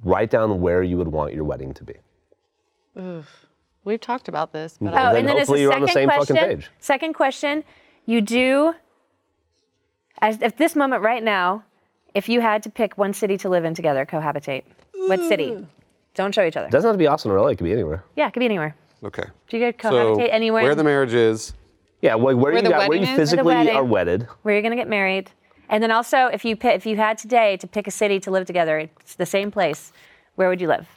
B: write down where you would want your wedding to be.
C: We've talked about this,
A: Oh,
C: but
B: then
A: and then it's the
B: hopefully you're
A: second
B: on the same fucking
A: question.
B: page.
A: Second question: You do, as at this moment right now, if you had to pick one city to live in together, cohabitate, what
B: Mm.
A: city? Don't show each other.
B: Doesn't have to be Austin or LA. It could be anywhere.
A: yeah, it could be anywhere.
E: Okay.
A: Do you guys
E: So
A: cohabitate anywhere?
E: where the marriage is,
B: Yeah, where, where, you
C: the
B: got, where you
C: wedding is? Where the
B: physically
A: wedding-
B: are wedded.
A: where you're gonna get married, and then also if you pi- if you had today to pick a city to live together, it's the same place. Where would you live?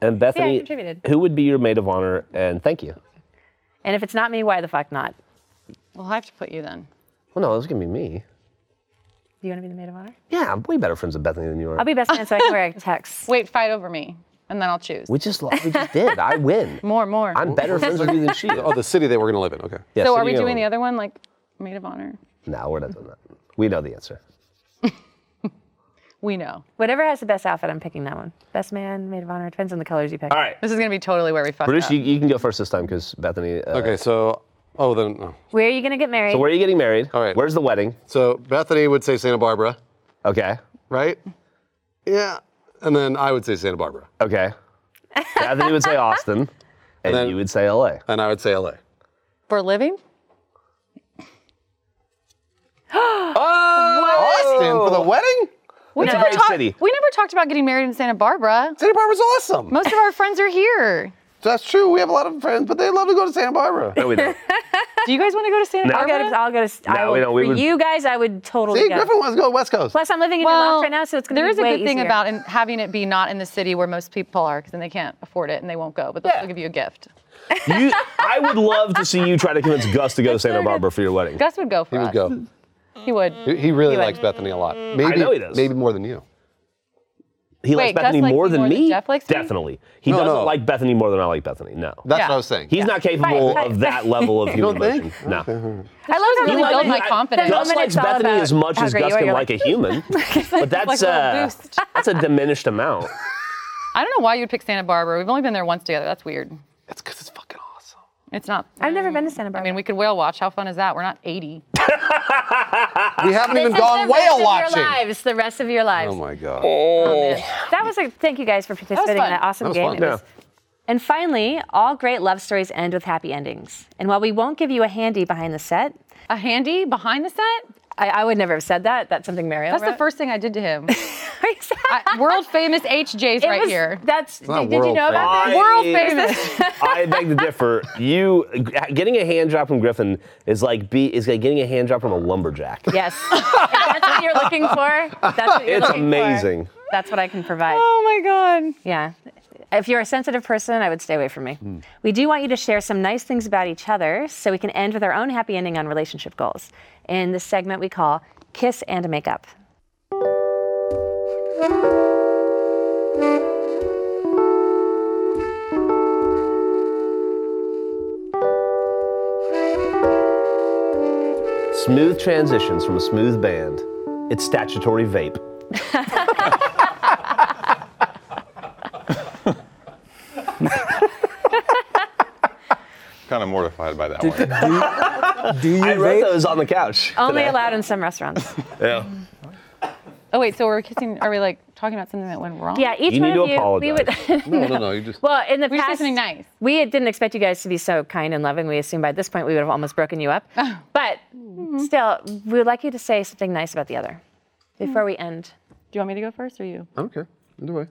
B: And Bethany,
A: contributed.
B: who would be your maid of honor? And thank you.
A: And if it's not me, why the fuck not?
C: Well, I have to put you then.
B: Well, no, it was gonna be me.
A: Do you want to be the maid of honor?
B: Yeah, I'm way better friends with Bethany than you are.
A: I'll be best man, so I can wear a tux.
C: Wait, fight over me, and then I'll choose.
B: we just lo- we just did. I win.
C: More, more.
B: I'm better friends with you than she is.
E: oh, the city that we're going to live in. Okay.
B: Yeah,
C: so
B: so
C: are we
B: you-
C: doing the other one, like maid of honor?
B: No, we're not doing that. We know the answer.
C: We know.
A: Whatever has the best outfit, I'm picking that one. Best man, maid of honor, depends on the colors you pick.
B: All right,
C: This is gonna be totally where we fucked
B: Bruce,
C: up.
B: you, you can go first this time because Bethany. Uh,
E: Okay. So, oh, then, oh.
A: Where are you gonna get married?
B: So where are you getting married? All
E: right.
B: Where's the wedding?
E: so Bethany would say Santa Barbara,
B: Okay.
E: right? Yeah. And then I would say Santa Barbara,
B: Okay. Bethany would say Austin, and
E: then-
B: you would say L.A.
E: and I would say LA.
C: For living?
E: Oh! Austin for the
B: Oh.
E: wedding?
C: We
B: It's a
C: never
B: great
C: talked-
B: city.
C: We never talked about getting married in Santa Barbara.
E: Santa Barbara's awesome.
C: Most of our friends are here.
E: That's true. We have a lot of friends, but they love to go to Santa Barbara.
B: No, we don't.
C: Do you guys want to go to Santa
B: No.
A: I'll
C: Barbara?
A: go to. I'll go to. I
B: No,
A: will,
B: we don't. We
A: for
B: would-
A: you guys, I would totally
E: See,
A: go.
E: Griffin wants to go to West Coast.
A: Plus, I'm living in
C: well,
A: New right now, so it's gonna
C: there
A: be
C: is a
A: way
C: good thing
A: easier.
C: about in, having it be not in the city where most people are, because then they can't afford it and they won't go, but they'll still give you a gift.
B: You, I would love to see you try to convince Gus to go to Santa Barbara for your wedding.
C: Gus would go for
E: He would
C: us.
E: go.
C: He would.
E: He he really likes Bethany a lot. Maybe,
B: know he does.
E: Maybe more than you.
B: he likes
C: Wait, Gus
B: Bethany
C: likes
B: more
C: me
B: than
C: more than
B: me.
C: Jeff likes me?
B: Definitely, he
E: No,
B: doesn't
E: no.
B: like Bethany more than I like Bethany. No,
E: That's
C: Yeah.
E: what I was saying.
B: he's not capable
A: Right, right.
B: of that level of human
E: don't think?
B: emotion. No,
C: I love really
A: Well,
C: build
A: then
C: my
A: I-
C: confidence.
A: then
B: Gus
A: Women,
B: likes
A: it's all
B: Bethany
A: about
B: as much
A: how
B: as
A: great
B: Gus
A: you are.
B: can
A: You're
B: like a human, but that's
C: a little
B: uh,
C: boost.
B: that's a diminished amount.
C: I don't know why you'd pick Santa Barbara. We've only been there once together. That's weird.
E: That's because it's fucking awesome.
C: It's not. I
A: I've never been to Santa Barbara.
C: mean, we could whale watch. How fun is that? We're not 80.
E: We haven't even
A: This is
E: gone
A: the rest
E: whale
A: of your
E: watching.
A: lives, the rest of your lives.
E: Oh my god.
A: That was a thank you guys for participating in
C: fun.
A: that awesome
E: That was
A: game.
E: fun.
A: It was- And finally, all great love stories end with happy endings. And while we won't give you a handy behind the set,
C: A handy behind the set?
A: I, I would never have said that. That's something Mario.
C: That's the
A: wrote.
C: first thing I did to him.
A: I,
C: I- world famous HJ's right here.
A: That's
E: not
A: did, did you
E: world
A: know about
B: famous.
A: that?
C: World
B: I-
C: famous.
B: I beg to differ. You getting a hand job from Griffin is like be is like getting a hand job from a lumberjack.
A: Yes. If that's what you're looking for. That's what you're
B: It's
A: looking
B: amazing.
A: For. That's what I can provide.
C: oh my God.
A: Yeah. If you're a sensitive person, I would stay away from me.
E: Hmm.
A: We do want you to share some nice things about each other so we can end with our own happy ending on relationship goals in this segment we call Kiss and Makeup.
B: Smooth transitions from a smooth band. It's statutory vape.
D: Kind of mortified by that
F: Do,
D: one.
F: do- do you
B: I wrote
F: vape?
B: those on the couch.
A: Only
B: today.
A: allowed in some restaurants.
B: Yeah.
C: Oh wait, so we're kissing. Are we like talking about something that went wrong?
A: Yeah, each
B: You
A: one
B: need
A: of
B: to
A: you.
B: apologize.
A: We would,
E: No, no, no. You just.
A: well, in the
C: We just
A: past,
C: did something nice.
A: we didn't expect you guys to be so kind and loving. We assumed by this point we would have almost broken you up.
C: Oh.
A: but
C: Mm-hmm.
A: still, we would like you to say something nice about the other before we end.
C: Do you want me to go first or you?
E: I don't care. Either way.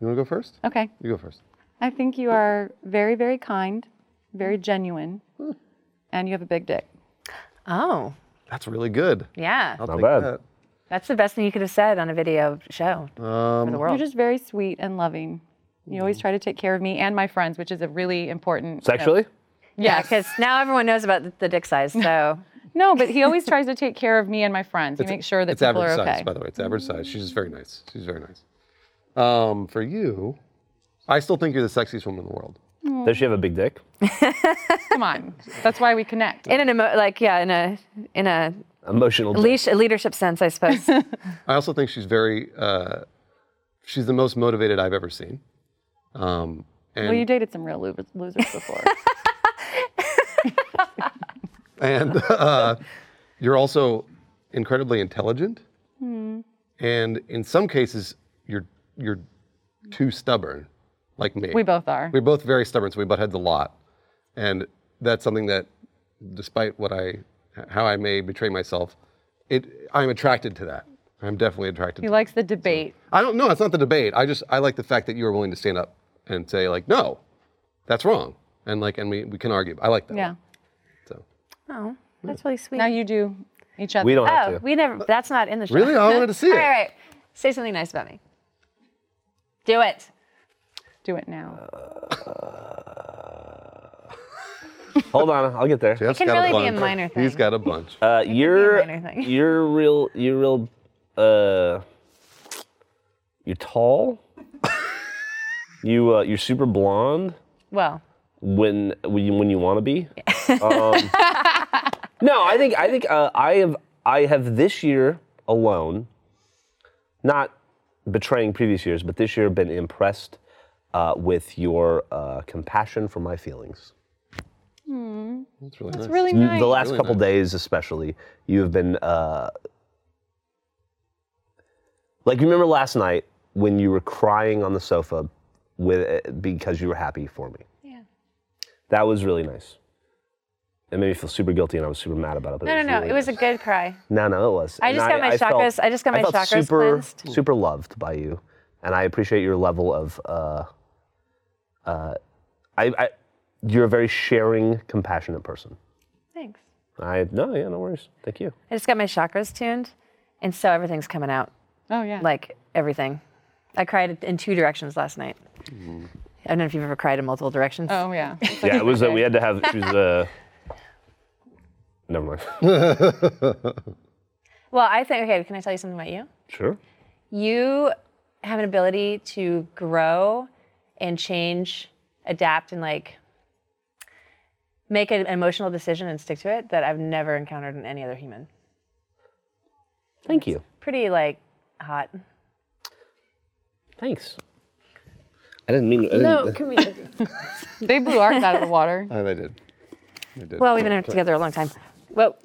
E: You want to go first?
C: Okay.
E: You go first.
C: I think you are very, very kind, very genuine, and you have a big dick.
A: Oh,
E: That's really good.
A: yeah.
E: I'll
B: Not
E: take
B: bad.
E: that.
A: That's the best thing you could have said on a video show
B: Um,
A: for the world.
C: You're just very sweet and loving. You always try to take care of me and my friends, which is a really important.
B: Sexually?
A: yeah,
C: Yes.
A: because now everyone knows about the, the dick size. So
C: No, but he always tries to take care of me and my friends. He makes sure that
E: it's
C: people
E: average
C: are
E: size,
C: okay.
E: by the way. It's average size. She's just very nice. She's very nice. Um, for you, I still think you're the sexiest woman in the world.
B: Does she have a big dick?
C: Come on, that's why we connect.
A: in an emo- like yeah, in a in a
B: Emotional. dick.
A: leash, a leadership sense, I suppose.
E: I also think she's very. Uh, she's the most motivated I've ever seen. Um, and
C: well, you dated some real lo- losers before.
E: and uh, you're also incredibly intelligent.
C: Hmm.
E: And in some cases, you're you're too stubborn, like me.
C: we both are.
E: we're both very stubborn, so we butt heads a lot, and that's something that, despite what I, how I may betray myself, it I'm attracted to that. I'm definitely attracted.
C: he
E: to
C: likes the debate.
E: I don't know. It's not the debate. I just I like the fact that you are willing to stand up and say like, no, that's wrong, and like, and we, we can argue. I like that.
C: Yeah.
E: So
A: oh, that's really sweet.
C: Now you do each other.
B: We don't have
A: oh,
B: to. Oh,
A: we never. That's not in the show.
E: really, I wanted to see
A: All
E: it.
A: right, all right. Say something nice about me. Do it.
C: do it now.
B: Hold on, I'll get there.
E: Jeff's
A: can
E: got
A: really be a
E: bunch.
A: minor
E: He's
A: thing.
E: got a bunch.
B: Uh, you're
A: minor thing.
B: you're real you're real uh you're tall. you uh, you're super blonde.
A: Well,
B: when when you, when you want to be. Um, no, I think I think uh, I have I have this year alone, not betraying previous years, but this year been impressed uh, with your uh, compassion for my feelings.
E: That's really nice.
C: Really nice.
B: The last
E: Really
B: couple
E: nice.
B: days, especially, you have been uh, like remember last night when you were crying on the sofa with uh, because you were happy for me.
C: Yeah.
B: That was really nice. It made me feel super guilty, and I was super mad about it. But
A: no, no, no.
B: really
A: It was a
B: nice.
A: good cry.
B: no, no, it was.
A: I just got my chakras- I just got my
B: felt
A: chakras
B: super,
A: cleansed.
B: Super loved by you, and I appreciate your level of. Uh, uh, I, I, you're a very sharing, compassionate person.
A: Thanks.
B: I no, yeah, no worries. Thank you.
A: I just got my chakras tuned, and so everything's coming out.
C: Oh yeah.
A: like everything. I cried in two directions last night. I don't know if you've ever cried in multiple directions.
C: Oh yeah. It's like-
B: Yeah, it was. Uh, we had to have. It was. Uh, never mind.
A: Well, I think okay. Can I tell you something about you?
B: Sure.
A: You have an ability to grow and change, adapt, and like make an emotional decision and stick to it that I've never encountered in any other human.
B: Thank you.
A: Pretty like hot.
B: Thanks. I didn't mean. I didn't,
G: No, come here.
C: They blew ours out of the water.
E: And I did. I did.
A: Well, we've been together a long time. Well,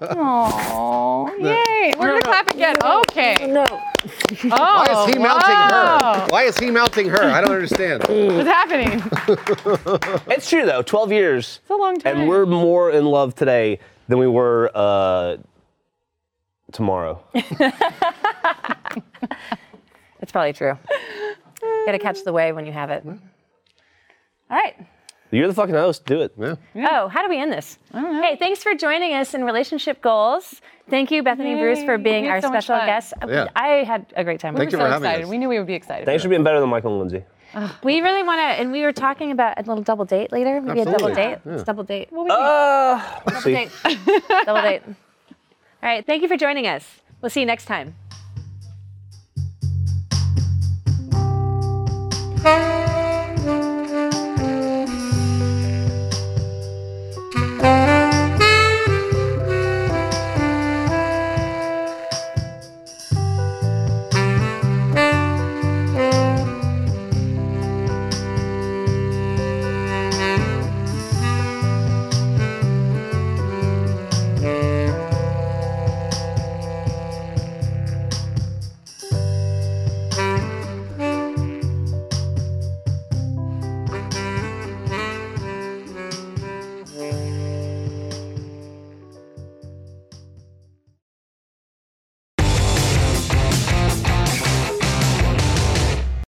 C: Oh, yay! We're gonna clap again. Okay.
G: No.
C: Oh,
E: Why is he mounting her? Why is he mounting her? I don't understand.
C: What's happening? It's
B: It's true though. Twelve years,
C: a long time.
B: and we're more in love today than we were uh, tomorrow.
A: it's probably true. You gotta catch the wave when you have it. All right.
B: You're the fucking host. Do it.
E: Yeah.
A: Oh, how do we end this? Hey, thanks for joining us in Relationship Goals. Thank you, Bethany Bruce, for
C: Yay,
A: being
C: we had
A: our
C: so much
A: special
C: fun.
A: guest.
E: Yeah.
A: I had a great time. with
E: Thank
A: you.
E: you for
C: so
E: having
C: excited.
E: us.
C: We knew we would be excited.
B: Thanks for being better than Michael and Lindsay.
A: We really want to, and we were talking about a little double date later. Maybe a double
E: Absolutely.
A: date. Let's double date.
B: Uh, let's see.
A: double date. All right. Thank you for joining us. We'll see you next time.